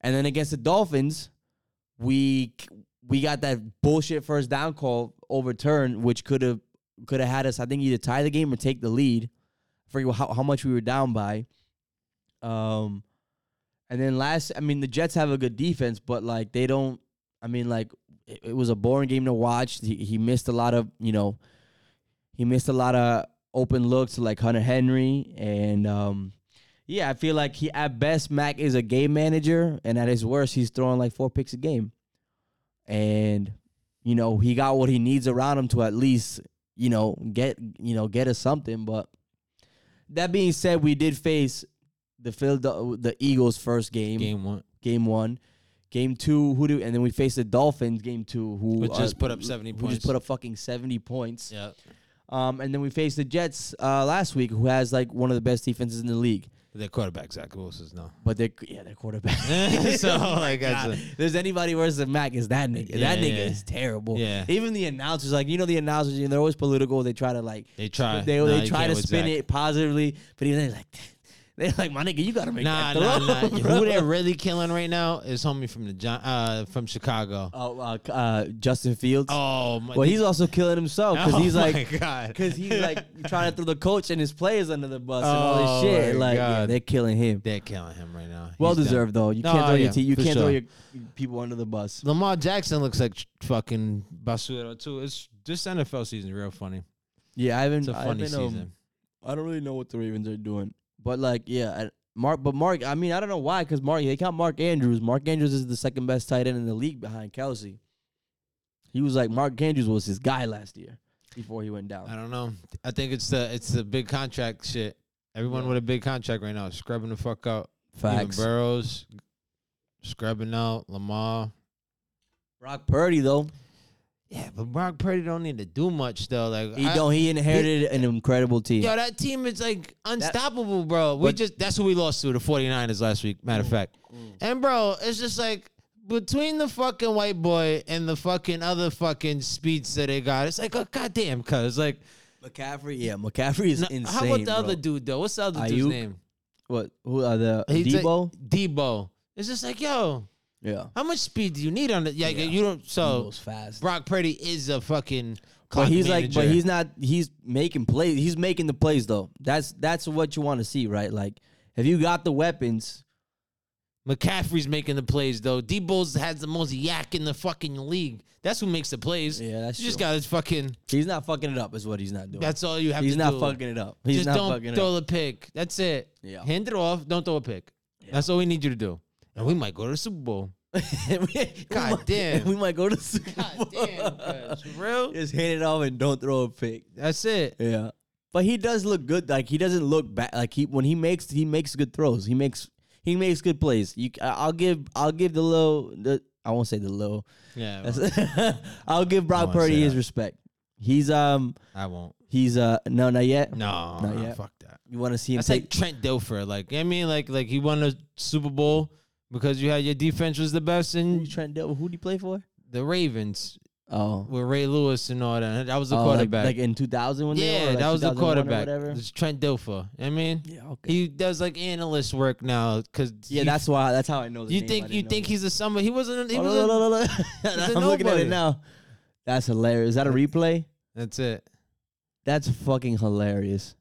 S1: and then against the Dolphins, we we got that bullshit first down call overturned, which could have could have had us. I think either tie the game or take the lead. I forget how how much we were down by. Um, and then last, I mean, the Jets have a good defense, but like they don't. I mean, like it, it was a boring game to watch. He, he missed a lot of you know, he missed a lot of open looks to like Hunter Henry and um. Yeah, I feel like he at best Mac is a game manager, and at his worst, he's throwing like four picks a game. And you know he got what he needs around him to at least you know get you know get us something. But that being said, we did face the Phil the Eagles first game, game
S2: Game one.
S1: one, game two. Who do and then we faced the Dolphins game two, who
S2: Who
S1: uh,
S2: just put up 70
S1: who
S2: points.
S1: just put up fucking seventy points.
S2: Yeah.
S1: Um, and then we faced the Jets uh, last week, who has like one of the best defenses in the league.
S2: Their quarterback, Zach Wilson's no.
S1: But they're yeah, they're quarterback. (laughs)
S2: (laughs) So, like, that's
S1: God,
S2: a-
S1: if there's anybody worse than Mac is that nigga.
S2: Yeah,
S1: that nigga
S2: yeah.
S1: is terrible.
S2: Yeah.
S1: Even the announcers, like you know, the announcers, you know, they're always political. They try to like
S2: They try.
S1: They,
S2: Uh, Nah,
S1: they
S2: you
S1: try
S2: can't
S1: to
S2: with
S1: spin
S2: Zach.
S1: it positively, but he's like, (laughs) they're like, my nigga, you gotta make
S2: Nah,
S1: that throw.
S2: nah,
S1: bro."
S2: nah.
S1: (laughs)
S2: Who (laughs) they're really killing right now is homie from the Gi- uh from Chicago.
S1: Oh, uh, c- uh, Justin Fields.
S2: Oh my.
S1: well, he's also killing himself because
S2: (laughs) Oh
S1: he's
S2: my
S1: like,
S2: God.
S1: because he's like (laughs) trying to throw the coach and his players under the bus and all this
S2: Oh,
S1: shit.
S2: my
S1: Like, yeah,
S2: God.
S1: they're killing him.
S2: (laughs) They're killing him right now.
S1: Well
S2: He's done.
S1: deserved though. You
S2: No,
S1: can't throw
S2: yeah,
S1: your te- you
S2: for
S1: can't throw
S2: sure.
S1: your people under the bus.
S2: Lamar Jackson looks like fucking Basuero too. It's this NFL season real funny.
S1: Yeah, I haven't.
S2: It's a
S1: I
S2: funny
S1: haven't, um,
S2: season.
S1: I don't really know what the Ravens are doing, but like, yeah, I, Mark. But Mark, I mean, I don't know why, because Mark, they count Mark Andrews. Mark Andrews is the second best tight end in the league behind Kelsey. He was like Mark Andrews was his guy last year before he went
S2: I
S1: down.
S2: don't know. I think it's the it's the big contract shit. Everyone
S1: Yeah.
S2: with a big contract right now is scrubbing the fuck out. Even Burrows, scrubbing out Lamar.
S1: Brock Purdy though,
S2: Yeah, but Brock Purdy don't need to do much though. Like
S1: he
S2: I-
S1: don't. He inherited an incredible team.
S2: Yo, that team is like unstoppable, bro. We
S1: But-
S2: just that's who we lost to, the 49ers last week, matter of fact.
S1: Mm.
S2: And bro, it's just like between the fucking white boy and the fucking other fucking speeds that they got, it's like a goddamn cuz. Like
S1: McCaffrey, yeah, McCaffrey is
S2: no-
S1: insane.
S2: how about the
S1: bro.
S2: other dude though? What's the other dude's
S1: Ayuk?
S2: name?
S1: What? Who are the
S2: He's like-
S1: Debo?
S2: Debo. It's just like, yo,
S1: Yeah.
S2: How much speed do you need on it? Yeah,
S1: Yeah.
S2: you don't.
S1: He
S2: So
S1: moves fast.
S2: Brock Purdy is a fucking.
S1: But
S2: clock
S1: he's like, but
S2: manager.
S1: he's not. He's making plays. He's making the plays though. That's that's what you want to see, right? Like, if you got the weapons,
S2: McCaffrey's making the plays though. Debo's has the most yak in the fucking league. That's who makes the plays.
S1: Yeah, that's
S2: you just
S1: true.
S2: got to fucking.
S1: he's not fucking it up. Is what he's not doing.
S2: That's all you have
S1: he's
S2: to
S1: not
S2: do.
S1: fucking it up. He's
S2: just
S1: not
S2: don't
S1: fucking it
S2: throw
S1: up. (laughs)
S2: a pick. That's it.
S1: Yeah.
S2: Hand it off. Don't throw a pick. That's all we need you to do. And we might go to the
S1: (laughs)
S2: Super Bowl.
S1: We
S2: God
S1: might-
S2: damn.
S1: we might go to the Super Bowl.
S2: God damn, guys. For real?
S1: (laughs) Just hand it off and don't throw a pick.
S2: (laughs) That's it.
S1: Yeah, but he does look good. Like he doesn't look bad. Like he when he makes he makes good throws. He makes he makes good plays. You, I- I'll give I'll give the low. The, I won't say the low.
S2: Yeah.
S1: That's- (laughs) I'll give Brock
S2: Oh. won't say
S1: Purdy his
S2: that.
S1: respect. He's um
S2: I won't.
S1: he's uh no not yet.
S2: No.
S1: Not
S2: nah,
S1: yet.
S2: Fuck that.
S1: You want to see him
S2: That's
S1: take?
S2: like Trent Dilfer. Like, you know what I mean, like, like he won the Super Bowl because you had your defense was the best
S1: who you
S2: and
S1: trying to deal- Who do you play for?
S2: the Ravens
S1: Oh,
S2: with Ray Lewis and all that. That was the
S1: oh, like,
S2: quarterback.
S1: like in two thousand when they
S2: yeah,
S1: were, like
S2: that was the
S1: 2001 or
S2: quarterback.
S1: Whatever.
S2: It's Trent Dilfer. You know what I mean,
S1: Yeah, okay.
S2: he does like analyst work now because
S1: yeah, that's why. That's how I know. The
S2: you
S1: name. I
S2: think
S1: didn't
S2: you
S1: know
S2: think
S1: that.
S2: he's a summer. He wasn't. He
S1: Oh,
S2: was.
S1: look,
S2: a-
S1: look, (laughs) look, look.
S2: he's a
S1: I'm looking at it
S2: nobody.
S1: now. That's hilarious. Is that a replay?
S2: That's it.
S1: That's fucking hilarious.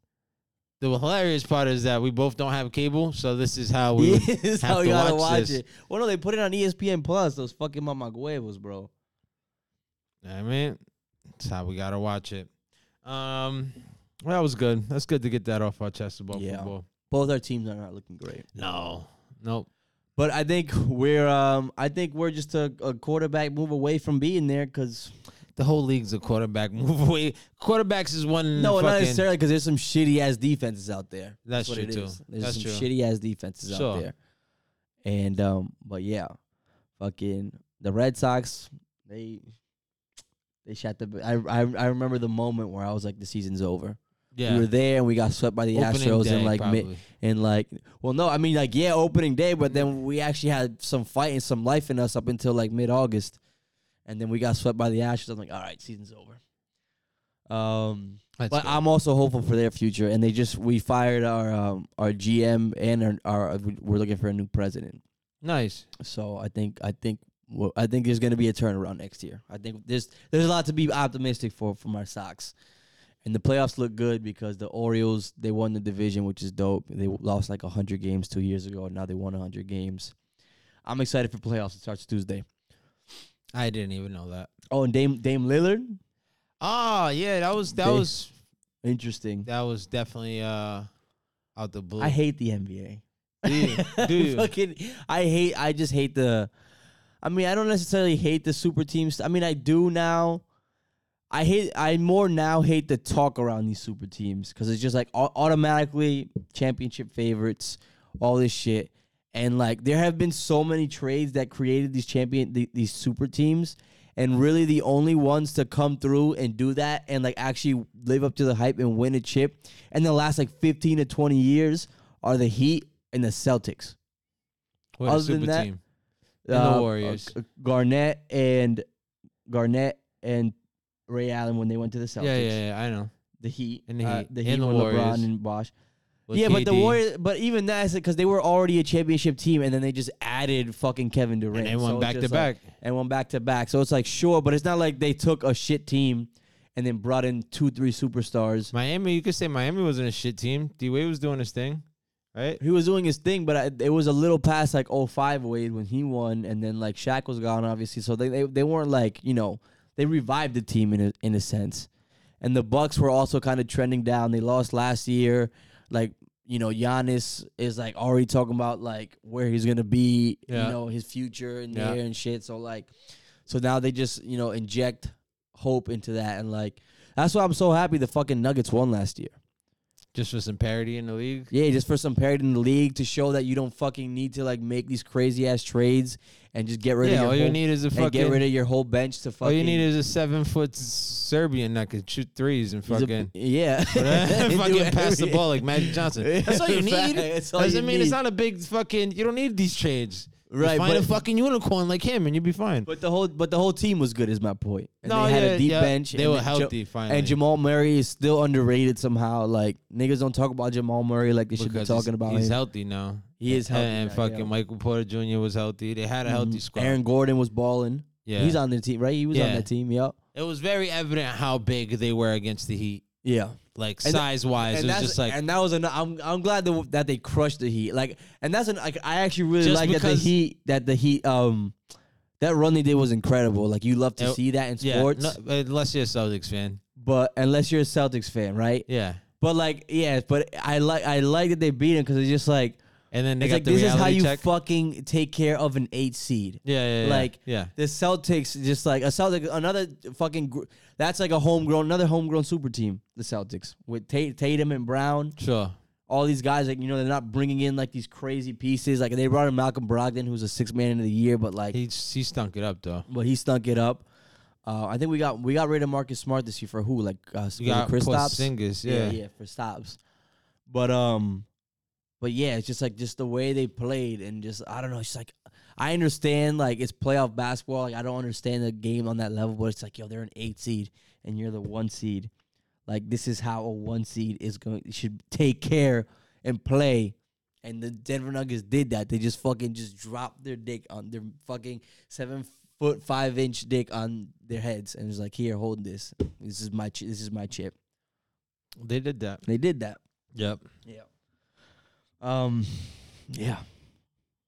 S2: The hilarious part is that we both don't have cable, so this is how
S1: (laughs)
S2: we
S1: Yeah, this is
S2: have
S1: how
S2: to
S1: you gotta
S2: watch
S1: watch
S2: this.
S1: it. Well, no, they put it on E ESPN Plus. Those fucking mama huevos, bro.
S2: You know what I mean, that's how we gotta watch it. Um, well, that was good. That's good to get that off our chest about
S1: Yeah.
S2: football.
S1: Both our teams are not looking great.
S2: No, nope.
S1: But I think we're um I think we're just a, a quarterback move away from being there because
S2: The whole league's a quarterback move away. Quarterbacks is one.
S1: Mm, no, not
S2: fucking-
S1: necessarily because there's some shitty ass defenses out there.
S2: That's
S1: what
S2: true,
S1: it
S2: too.
S1: is. There's some
S2: That's true.
S1: shitty ass defenses out
S2: Sure.
S1: there. And um, but yeah, fucking the Red Sox, they they shot the. I I I remember the moment where I was like, the season's over.
S2: Yeah.
S1: We were there and we got swept by the
S2: Opening
S1: Astros
S2: day,
S1: in like mid,
S2: probably.
S1: and like well no I mean like yeah opening day but then we actually had some fight and some life in us up until like mid August, and then we got swept by the Astros. I'm like all right season's over. Um,
S2: That's
S1: but
S2: good.
S1: I'm also hopeful for their future and they just we fired our um, our GM and our, our we're looking for a new president.
S2: nice.
S1: So I think I think well, I think there's going to be a turnaround next year. I think there's there's a lot to be optimistic for from our Sox, and the playoffs look good because the Orioles they won the division, which is dope. They lost like hundred games two years ago, and now they won hundred games. I'm excited for playoffs. It starts Tuesday.
S2: I didn't even know that.
S1: Oh, and Dame Dame Lillard,
S2: Oh yeah, that was that
S1: They-
S2: was
S1: interesting.
S2: that was definitely uh out the blue.
S1: I hate the NBA. (laughs)
S2: Do you? Do you?
S1: Fucking, I hate. I just hate the. I mean, I don't necessarily hate the super teams. I mean, I do now. I hate. I more now hate the talk around these super teams because it's just like au- automatically championship favorites, all this shit, and like there have been so many trades that created these champion the, these super teams. And really, the only ones to come through and do that and like actually live up to the hype and win a chip in the last like 15 to 20 years are the Heat and the Celtics.
S2: What a
S1: Other than
S2: super
S1: that-
S2: team. And the Warriors.
S1: uh, Garnett and Garnett and Ray Allen when they went to the Celtics.
S2: Yeah, yeah, yeah. I know.
S1: The Heat
S2: And the
S1: uh,
S2: Heat.
S1: the
S2: And
S1: Heat
S2: the
S1: were LeBron
S2: Warriors.
S1: and Bosh.
S2: With
S1: yeah, but the
S2: KD,
S1: Warriors. But even that's because they were already a championship team, and then they just added fucking Kevin Durant.
S2: and they
S1: So
S2: won
S1: it's
S2: back to
S1: just like-
S2: back.
S1: and won back to back. So it's like sure, but it's not like they took a shit team and then brought in two, three superstars.
S2: Miami, you could say Miami wasn't a shit team. D Wade was doing his thing, right?
S1: He was doing his thing, but I, it was a little past like 05 Wade when he won, and then like Shaq was gone, obviously. So they, they they weren't like you know they revived the team in a, in a sense, and the Bucks were also kind of trending down. They lost last year, like you know Giannis is like already talking about like where he's gonna be,
S2: Yeah.
S1: you know his future and
S2: Yeah.
S1: there and shit. So like, so now they just you know inject hope into that, and like that's why I'm so happy the fucking Nuggets won last year.
S2: Just for some parity in the league.
S1: Yeah, just for some parity in the league to show that you don't fucking need to like make these crazy ass trades and just get rid
S2: Yeah,
S1: of your
S2: all
S1: whole,
S2: you need is a
S1: and
S2: fucking.
S1: get rid of your whole bench to fucking.
S2: all you need is a seven foot Serbian that could shoot threes
S1: (laughs)
S2: and
S1: he's a-
S2: fucking.
S1: yeah, (laughs)
S2: (laughs) fucking pass the ball like Magic Johnson. That's all you need.
S1: That's all
S2: Doesn't
S1: you
S2: mean it's
S1: need.
S2: not a big fucking. You don't need these trades.
S1: right?
S2: Right, find a
S1: But,
S2: fucking unicorn like him, and you'll be fine.
S1: but the whole but the whole team was good, is my point. And
S2: No,
S1: they had
S2: yeah,
S1: a deep
S2: yeah.
S1: bench.
S2: They
S1: and
S2: were
S1: then Ja-
S2: healthy finally.
S1: And Jamal Murray is still underrated somehow. Like niggas don't talk about Jamal Murray like they should be
S2: Because
S1: talking
S2: he's-
S1: about
S2: He's
S1: him.
S2: healthy now.
S1: He is healthy
S2: And,
S1: now,
S2: fucking
S1: yeah.
S2: Michael Porter Jr. was healthy. They had a healthy
S1: Mhm.
S2: squad.
S1: Aaron Gordon was balling.
S2: yeah,
S1: He's on the team, right? He was on
S2: Yeah.
S1: that team. Yep.
S2: it was very evident how big they were against the Heat,
S1: Yeah.
S2: like
S1: And-
S2: size wise. It was
S1: that's-
S2: just like
S1: and that was an. I'm I'm glad that, that they crushed the Heat. Like, and that's an. Like, I actually really
S2: Just
S1: like that the
S2: because-
S1: Heat that the Heat um that run they did was incredible. Like you love to
S2: It-
S1: see that in
S2: yeah,
S1: sports,
S2: no- unless you're a Celtics fan,
S1: but unless you're a Celtics fan, right?
S2: yeah.
S1: But like, yeah, but I like I like that they beat him because it's just like
S2: And then they
S1: it's
S2: got
S1: like
S2: the
S1: this is
S2: reality
S1: how you
S2: check.
S1: fucking take care of an eight seed.
S2: yeah, yeah, yeah,
S1: like,
S2: yeah.
S1: The Celtics just like a Celtic, another fucking. Gr- that's like a homegrown, another homegrown super team. The Celtics with Ta- Tatum and Brown.
S2: Sure.
S1: all these guys like you know they're not bringing in like these crazy pieces like they brought in Malcolm Brogdon who's a six man of the year but like
S2: He he stunk it up though.
S1: but he stunk it up. Uh, I think we got we got rid of Marcus Smart this year for who like uh,
S2: You got
S1: Chris Stops
S2: Porzingis, yeah.
S1: yeah for stops, but um, but yeah it's just like just the way they played and just I don't know it's like I understand like it's playoff basketball like I don't understand the game on that level but it's like yo they're an eight seed and you're the one seed like this is how a one seed is going should take care and play. And the Denver Nuggets did that. They just fucking just dropped their dick on their fucking seven foot five inch dick on their heads and was like, "Here, hold this. This is my ch- this is my chip."
S2: They did that.
S1: They did that.
S2: Yep.
S1: Yeah. Um. Yeah.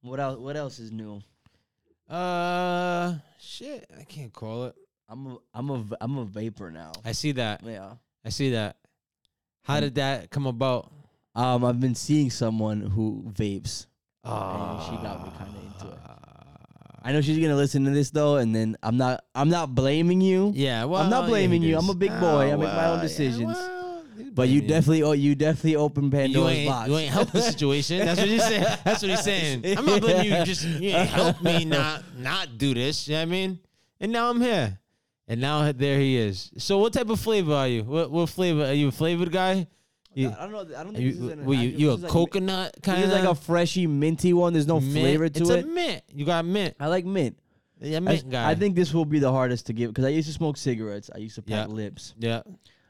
S1: What else? What else is new?
S2: Uh, shit. I can't call it.
S1: I'm a I'm a v- I'm a vapor now.
S2: I see that.
S1: Yeah.
S2: I see that. How
S1: Hmm.
S2: did that come about?
S1: Um. I've been seeing someone who vapes.
S2: Oh,
S1: she got me kinda into it. I know she's gonna listen to this though, and then I'm not I'm not blaming you.
S2: Yeah, well,
S1: not
S2: yeah,
S1: blaming
S2: it
S1: you.
S2: is.
S1: I'm a big boy.
S2: Oh,
S1: I make my own
S2: yeah,
S1: decisions.
S2: well,
S1: But you
S2: blaming
S1: definitely oh you definitely opened
S2: You
S1: Pandora's
S2: ain't,
S1: box.
S2: you ain't
S1: (laughs)
S2: helped the situation. That's what you're saying. That's what he's saying. I'm not letting you just you ain't help me not not do this. You know what I mean? And now I'm here. And now there he is. So what type of flavor are you? What what flavor? Are you a flavored guy? You,
S1: I don't know. I don't think
S2: are you,
S1: Uh, this is an
S2: what, you,
S1: active-
S2: you
S1: this
S2: a
S1: is
S2: coconut
S1: like,
S2: kind of
S1: This is like a freshy minty one. There's no flavor to
S2: it's
S1: it.
S2: a mint. You got mint.
S1: I like mint.
S2: Yeah,
S1: I,
S2: mint guy.
S1: I think this will be the hardest to give because I used to smoke cigarettes. I used to pack
S2: Yeah.
S1: lips.
S2: Yeah,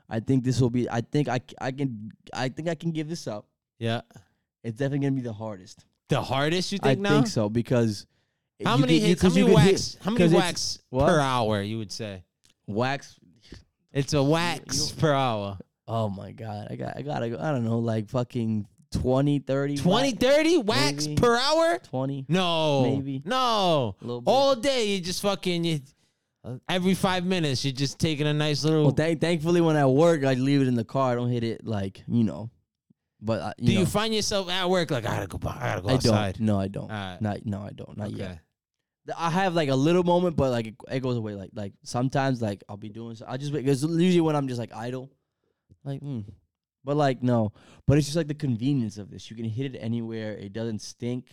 S1: I think this will be. I think I, c- I can I think I can give this up.
S2: yeah.
S1: It's definitely gonna be the hardest.
S2: The hardest you
S1: I
S2: think now?
S1: think so because
S2: How
S1: you
S2: many
S1: could- you-
S2: hits?
S1: 'cause
S2: how
S1: you
S2: many
S1: could hit-
S2: wax? how many
S1: 'cause it's-
S2: wax
S1: what?
S2: per hour? You would say
S1: wax.
S2: it's a wax per hour.
S1: Oh my god! I got I gotta go. I don't know, like fucking 20, 30,
S2: 20, 30 wax
S1: Maybe.
S2: per hour?
S1: twenty.
S2: No.
S1: Maybe.
S2: No.
S1: Little bit.
S2: All day you just fucking you, every five minutes you're just taking a nice little
S1: Well, thank, thankfully, when I work, I leave it in the car. I don't hit it like you know. But I, you
S2: Do
S1: know,
S2: you find yourself at work like I gotta go bu- I gotta go
S1: I
S2: outside? Ah.
S1: don't. No, I don't.
S2: Alright.
S1: Not no, I don't. Not
S2: okay.
S1: yet. Th- I have like a little moment, but like it, it goes away. Like like sometimes like I'll be doing. So I just because usually when I'm just like idle, like mm. but like no, but it's just like the convenience of this. You can hit it anywhere. It doesn't stink.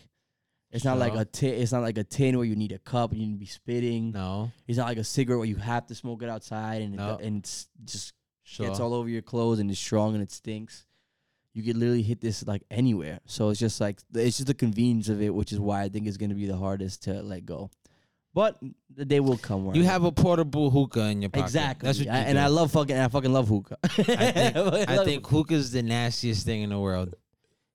S1: It's not like
S2: Sure.
S1: a tin. It's not like a tin where you need a cup and you need to be spitting.
S2: No.
S1: It's not like a cigarette where you have to smoke it outside and it,
S2: No.
S1: do- and it's just
S2: Sure.
S1: gets all over your clothes and it's strong and it stinks. You could literally hit this like anywhere. So it's just like it's just the convenience of it, which is why I think it's gonna be the hardest to let go. But the day will come where
S2: you
S1: I-
S2: have a portable hookah in your pocket.
S1: exactly.
S2: That's what you
S1: I- and
S2: do.
S1: (laughs) I love fucking. I fucking love hookah. (laughs)
S2: I think, I
S1: Love-
S2: think hookah's the nastiest thing in
S1: (laughs)
S2: the world.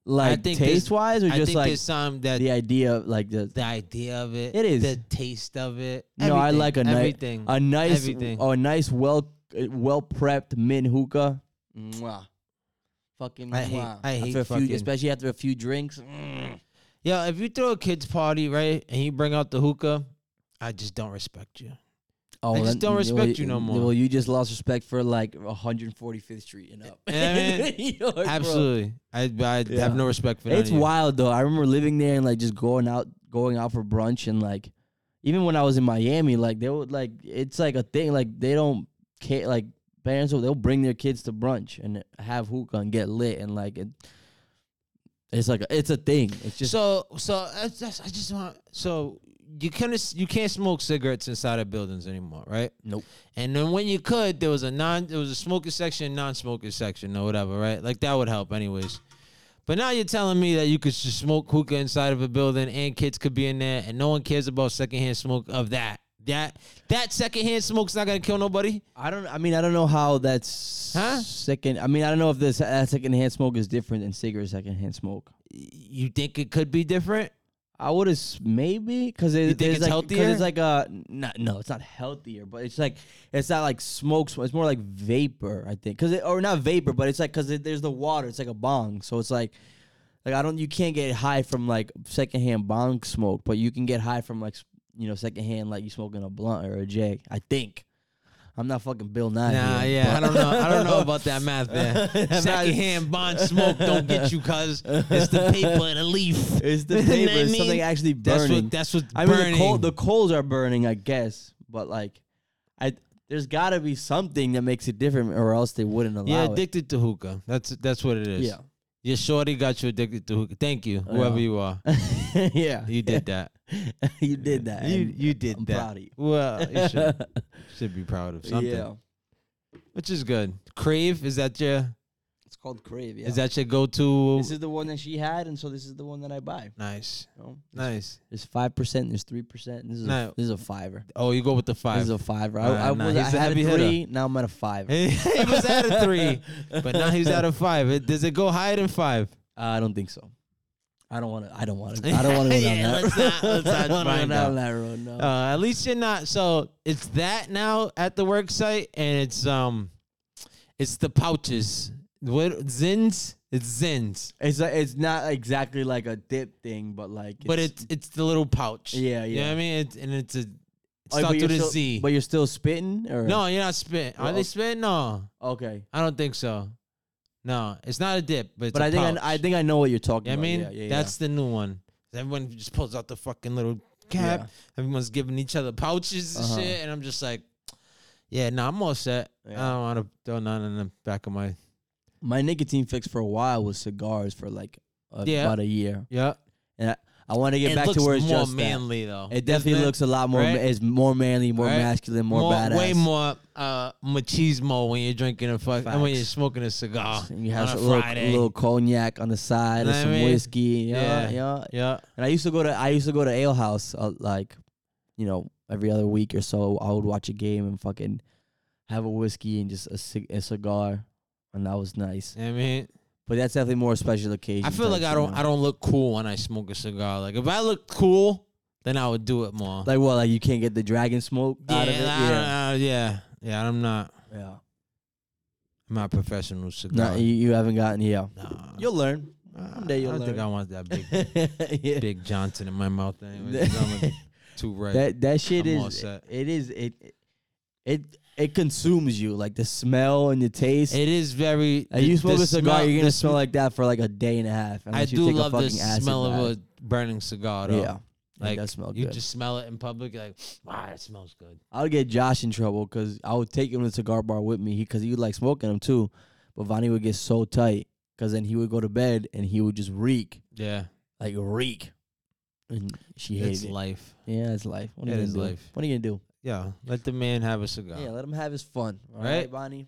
S1: like
S2: think this-
S1: taste wise or
S2: I
S1: just
S2: think
S1: like
S2: there's some that
S1: the idea of like the.
S2: the idea of it.
S1: It is.
S2: the taste of it.
S1: no, I
S2: everything,
S1: like a nice,
S2: everything.
S1: a nice,
S2: everything.
S1: oh, a nice, well, well prepped mint hookah. Mwah. Fucking,
S2: I hate-
S1: mwah.
S2: I hate
S1: after a few-
S2: fucking-
S1: especially after a few drinks. Mm.
S2: Yo, if you throw a kids party, right, and you bring out the hookah, I just don't respect you.
S1: Oh,
S2: They just don't
S1: well,
S2: respect you no more.
S1: Well, you just lost respect for like 145th Street and up.
S2: Yeah, man.
S1: (laughs) You know, bro.
S2: Absolutely, I, I
S1: Yeah.
S2: have no respect for that.
S1: It's wild though. I remember living there and like just going out, going out for brunch and like, even when I was in Miami, like they would like it's like a thing. Like they don't care. Like parents will they'll bring their kids to brunch and have hookah and get lit and like it. It's like a, it's a thing. It's just
S2: so so. That's, that's, I just want so you can you can't smoke cigarettes inside of buildings anymore, right?
S1: Nope.
S2: And then when you could, there was a non there was a smoker section, non smoker section, or whatever, right? Like that would help, anyways. But now you're telling me that you could just smoke hookah inside of a building and kids could be in there and no one cares about secondhand smoke of that. That that secondhand smoke's not gonna kill nobody.
S1: I don't. I mean, I don't know how that's
S2: Huh?
S1: second. I mean, I don't know if this that secondhand smoke is different than cigarette secondhand smoke.
S2: You think it could be different?
S1: I would have maybe because it,
S2: think
S1: there's
S2: it's
S1: like, 'cause
S2: healthier?
S1: It's like a not, no, it's not healthier, but it's like it's not like smoke. smoke, It's more like vapor, I think, because or not vapor, but it's like because there's the water. It's like a bong, so it's like like I don't. You can't get high from like secondhand bong smoke, but you can get high from like s- you know secondhand like you smoking a blunt or a J. I think. I'm not fucking Bill Nye.
S2: Nah,
S1: here,
S2: yeah, I
S1: but-
S2: don't know. I
S1: (laughs)
S2: don't know about that math there.
S1: Math-
S2: Secondhand bond smoke don't get you, cuz it's the paper and the leaf.
S1: (laughs) It's
S2: (laughs)
S1: the
S2: You know what
S1: paper.
S2: I
S1: It's something
S2: mean?
S1: actually
S2: That's
S1: burning.
S2: what that's what
S1: I mean, the, coal, the coals are burning, I guess, but like, I there's got to be something that makes it different, or else they wouldn't allow
S2: You're
S1: it.
S2: addicted to hookah. That's that's what it is.
S1: yeah,
S2: Your shorty got you addicted to hookah. Thank you,
S1: Yeah.
S2: whoever you are.
S1: (laughs) yeah,
S2: You did that.
S1: (laughs) you did that.
S2: You
S1: and
S2: you did
S1: I'm
S2: that.
S1: proud of you.
S2: Well, you
S1: (laughs)
S2: should, should be proud of something,
S1: Yeah,
S2: which is good. Crave is that your
S1: it's called Crave. Yeah,
S2: is that your go to?
S1: this is the one that she had, and so this is the one that I buy.
S2: Nice,
S1: you know?
S2: nice.
S1: There's five percent. There's three percent. This is a,
S2: No.
S1: this is a fiver.
S2: Oh, you go with the
S1: This is
S2: five.
S1: a fiver. I,
S2: Nah,
S1: I,
S2: nah,
S1: was,
S2: he's
S1: I
S2: a
S1: had a
S2: heavy hitter.
S1: three. Now I'm at a five. uh,
S2: (laughs) he was at a
S1: (laughs)
S2: three, but now he's at a five. It- does it go higher than five?
S1: I don't think so. I don't want to. I don't want to. I don't
S2: (laughs)
S1: want to go down
S2: Yeah,
S1: that.
S2: let's not- let's not
S1: (laughs) I don't wanna go
S2: find
S1: down
S2: out.
S1: that road. No.
S2: Uh, at least you're not. So it's that now at the work site, and it's um, it's the pouches. What zins? It's zins,
S1: It's a, it's not exactly like a dip thing, but like
S2: but it's it's the little pouch.
S1: Yeah,
S2: You know
S1: yeah.
S2: what I mean? It's, and it's a
S1: Oh, but
S2: start
S1: you're
S2: with a
S1: still-
S2: Z.
S1: But you're still spitting, or
S2: No, you're not spitting. Are
S1: Well,
S2: they
S1: okay.
S2: spitting? No,
S1: Okay,
S2: I don't think so. No, it's not a dip, but it's
S1: but
S2: a
S1: I think I, I
S2: pouch.
S1: think I know what you're talking
S2: You know what
S1: about.
S2: I mean,
S1: yeah, yeah, yeah.
S2: that's the new one. Everyone just pulls out the fucking little cap. Everyone's giving each other pouches and
S1: Uh-huh.
S2: shit, and I'm just like, yeah, no, I'm all set.
S1: Yeah.
S2: I don't want to throw none in the back of my.
S1: my nicotine fix for a while was cigars for like a,
S2: Yeah.
S1: about a year,
S2: Yeah,
S1: and I, I want to get
S2: it
S1: back
S2: looks
S1: to where it's
S2: more
S1: just that.
S2: manly though.
S1: It definitely
S2: doesn't it?
S1: looks a lot more.
S2: Right?
S1: ma- It's more manly, more
S2: Right?
S1: masculine, more, badass.
S2: way more uh, machismo when you're drinking a fuck and when
S1: Facts.
S2: you're smoking a cigar
S1: And you have
S2: Uh, on
S1: some
S2: a
S1: little,
S2: Friday.
S1: little cognac on the side,
S2: Know
S1: or
S2: what I
S1: some
S2: mean?
S1: whiskey. Yeah,
S2: Yeah.
S1: yeah,
S2: yeah,
S1: And I used to go to I used to go to Ale House uh, like, you know, every other week or so. I would watch a game and fucking have a whiskey and just a, cig- a cigar, and that was nice.
S2: I mean,
S1: But that's definitely more a special occasion.
S2: I feel
S1: type
S2: like I
S1: shit,
S2: don't
S1: you
S2: I
S1: know?
S2: don't look cool when I smoke a cigar. Like if I look cool, then I would do it more.
S1: like well, like you can't get the dragon smoke
S2: yeah,
S1: out of it.
S2: I
S1: Yeah,
S2: don't- I- yeah, yeah. I'm not
S1: yeah.
S2: I'm not a professional cigar.
S1: No, you, you haven't gotten yeah.
S2: Nah.
S1: You'll learn.
S2: Uh,
S1: someday you'll
S2: I don't
S1: (laughs)
S2: think
S1: learn.
S2: I want that big
S1: yeah.
S2: (laughs) big Johnson in my mouth. Anyways, 'cause I'm a-
S1: (laughs)
S2: too red.
S1: That that shit
S2: I'm all
S1: is
S2: set.
S1: it is it it it consumes you like the smell and the taste.
S2: it is very.
S1: Uh,
S2: the-
S1: you
S2: the
S1: smoke a cigar,
S2: smell-
S1: you're
S2: the
S1: gonna smell like that for like a day and a half.
S2: I
S1: unless you
S2: do
S1: take a
S2: love the
S1: fucking acid
S2: smell of
S1: bath.
S2: a burning cigar. Though.
S1: Yeah,
S2: like
S1: it does smell
S2: you
S1: good.
S2: just smell it in public. You're like, wow, that smells good.
S1: I would get Josh in trouble because I would take him to the cigar bar with me because he, would like smoking them too. But Vonnie would get so tight because then he would go to bed and he would just reek,
S2: Yeah,
S1: like reek. And she hated
S2: it's
S1: it.
S2: life.
S1: yeah, it's life. What are
S2: It
S1: you gonna
S2: is
S1: do?
S2: life.
S1: What are you gonna do?
S2: Yeah, let the man have a cigar.
S1: Yeah, let him have his fun. All
S2: Right?
S1: right, Bonnie.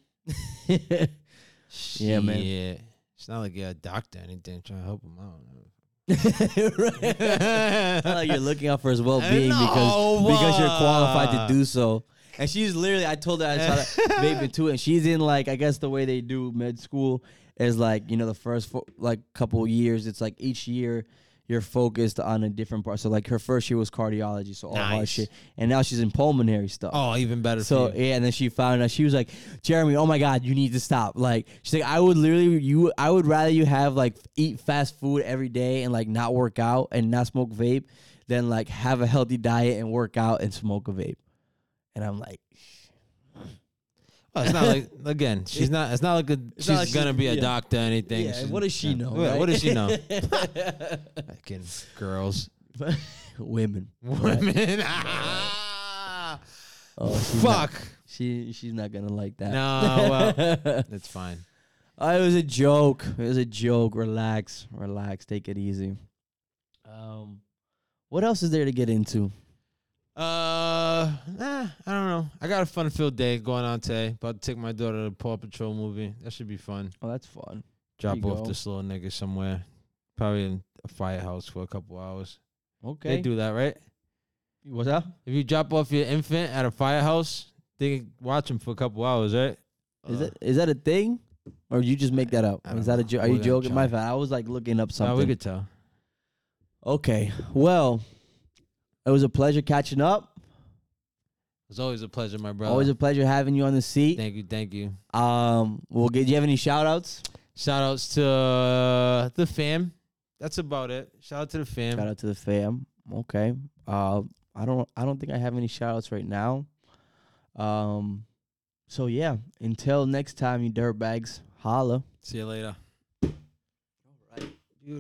S1: Vonnie. (laughs) Yeah, man.
S2: Yeah, it's not like you're a doctor or anything trying to help him
S1: (laughs)
S2: out.
S1: right. Not like you're looking out for his well being because
S2: No,
S1: because you're
S2: uh,
S1: qualified to do so. And she's literally, I told her I tried to
S2: (laughs)
S1: vape it too, and she's in like I guess the way they do med school is like you know the first fo- like couple years, it's like each year you're focused on a different part. So like her first year was cardiology, so all hard
S2: Nice.
S1: shit, and now she's in pulmonary stuff.
S2: (laughs) oh, even better.
S1: So
S2: for you.
S1: yeah, and then she found out. She was like, "Jeremy, oh my god, you need to stop." Like she's like, "I would literally you, I would rather you have like eat fast food every day and like not work out and not smoke vape, than like have a healthy diet and work out and smoke a vape." And I'm like,
S2: Well, it's not like (laughs) again. She's not. It's not like a, she's
S1: not like
S2: gonna
S1: she's-
S2: be a
S1: yeah.
S2: doctor or anything.
S1: "Yeah,
S2: She's-
S1: what does she
S2: yeah.
S1: know?
S2: Yeah,
S1: right?"
S2: What does she know? (laughs) Fucking girls,
S1: Women.
S2: (laughs) women. (laughs) Ah,
S1: Oh, she's not-
S2: fuck.
S1: she she's not gonna like that.
S2: No, well, it's fine.
S1: (laughs) Oh, it was a joke. It was a joke. Relax, relax. Take it easy. Um, what else is there to get into?
S2: Uh, nah, I don't know. I got a fun filled day going on today. About to take my daughter to the Paw Patrol movie. That should be fun.
S1: Oh, that's fun. There you
S2: drop off
S1: go.
S2: this little nigga somewhere, probably in a firehouse for a couple hours.
S1: Okay.
S2: They do that, right?
S1: What's up?
S2: If you drop off your infant at a firehouse, they can watch him for a couple hours, right?
S1: Is that is that a thing, or you just make that up?
S2: Uh, I
S1: Is
S2: don't
S1: that a
S2: know.
S1: jo- are you
S2: We're gonna
S1: joking? My
S2: try.
S1: bad. I was like looking up
S2: No,
S1: something.
S2: we could tell.
S1: okay. Well, it was a pleasure catching up.
S2: It's always a pleasure, my brother.
S1: Always a pleasure having you on the seat.
S2: thank you, thank you.
S1: Um, we'll get. Do you have any shout outs?
S2: Shout outs to uh, the fam. That's about it. Shout out to the fam.
S1: Shout out to the fam. Okay. Uh, I don't. I don't think I have any shout outs right now. Um, so yeah. Until next time, you dirtbags. Holla.
S2: See you later.